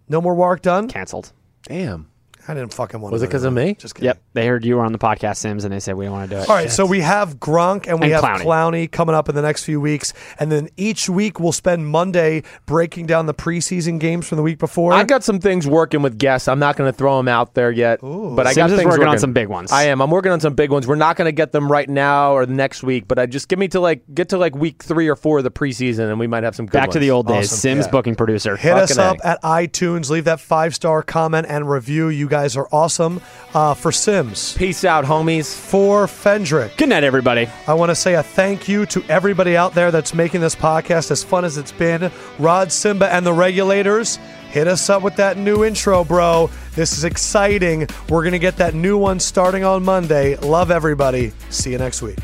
No more Warwick Dunn? Canceled. Damn. I didn't fucking want Was to. it because of me? Just kidding. Yep. They heard you were on the podcast, Sims, and they said, we don't want to do it. All right, so we have Gronk and we And have Clowney. Clowney. coming up in the next few weeks, and then each week we'll spend Monday breaking down the preseason games from the week before. I got some things working with guests. I'm not going to throw them out there yet, but I got Sims is things working on some big ones. I am. I'm working on some big ones. We're not going to get them right now or next week, but I just give me to like get to like week three or four of the preseason, and we might have some. Good Back to the ones. old days. Awesome. Sims Yeah. booking producer. Hit us Fucking up at iTunes. Leave that five star comment and review. You guys are awesome. Uh, for Sims, Peace out, homies. for Fendrick, Good night, everybody. I want to say a thank you to everybody out there that's making this podcast as fun as it's been. Rod Simba and the regulators, hit us up with that new intro, bro. This is exciting. We're going to get that new one starting on Monday. Love everybody. See you next week.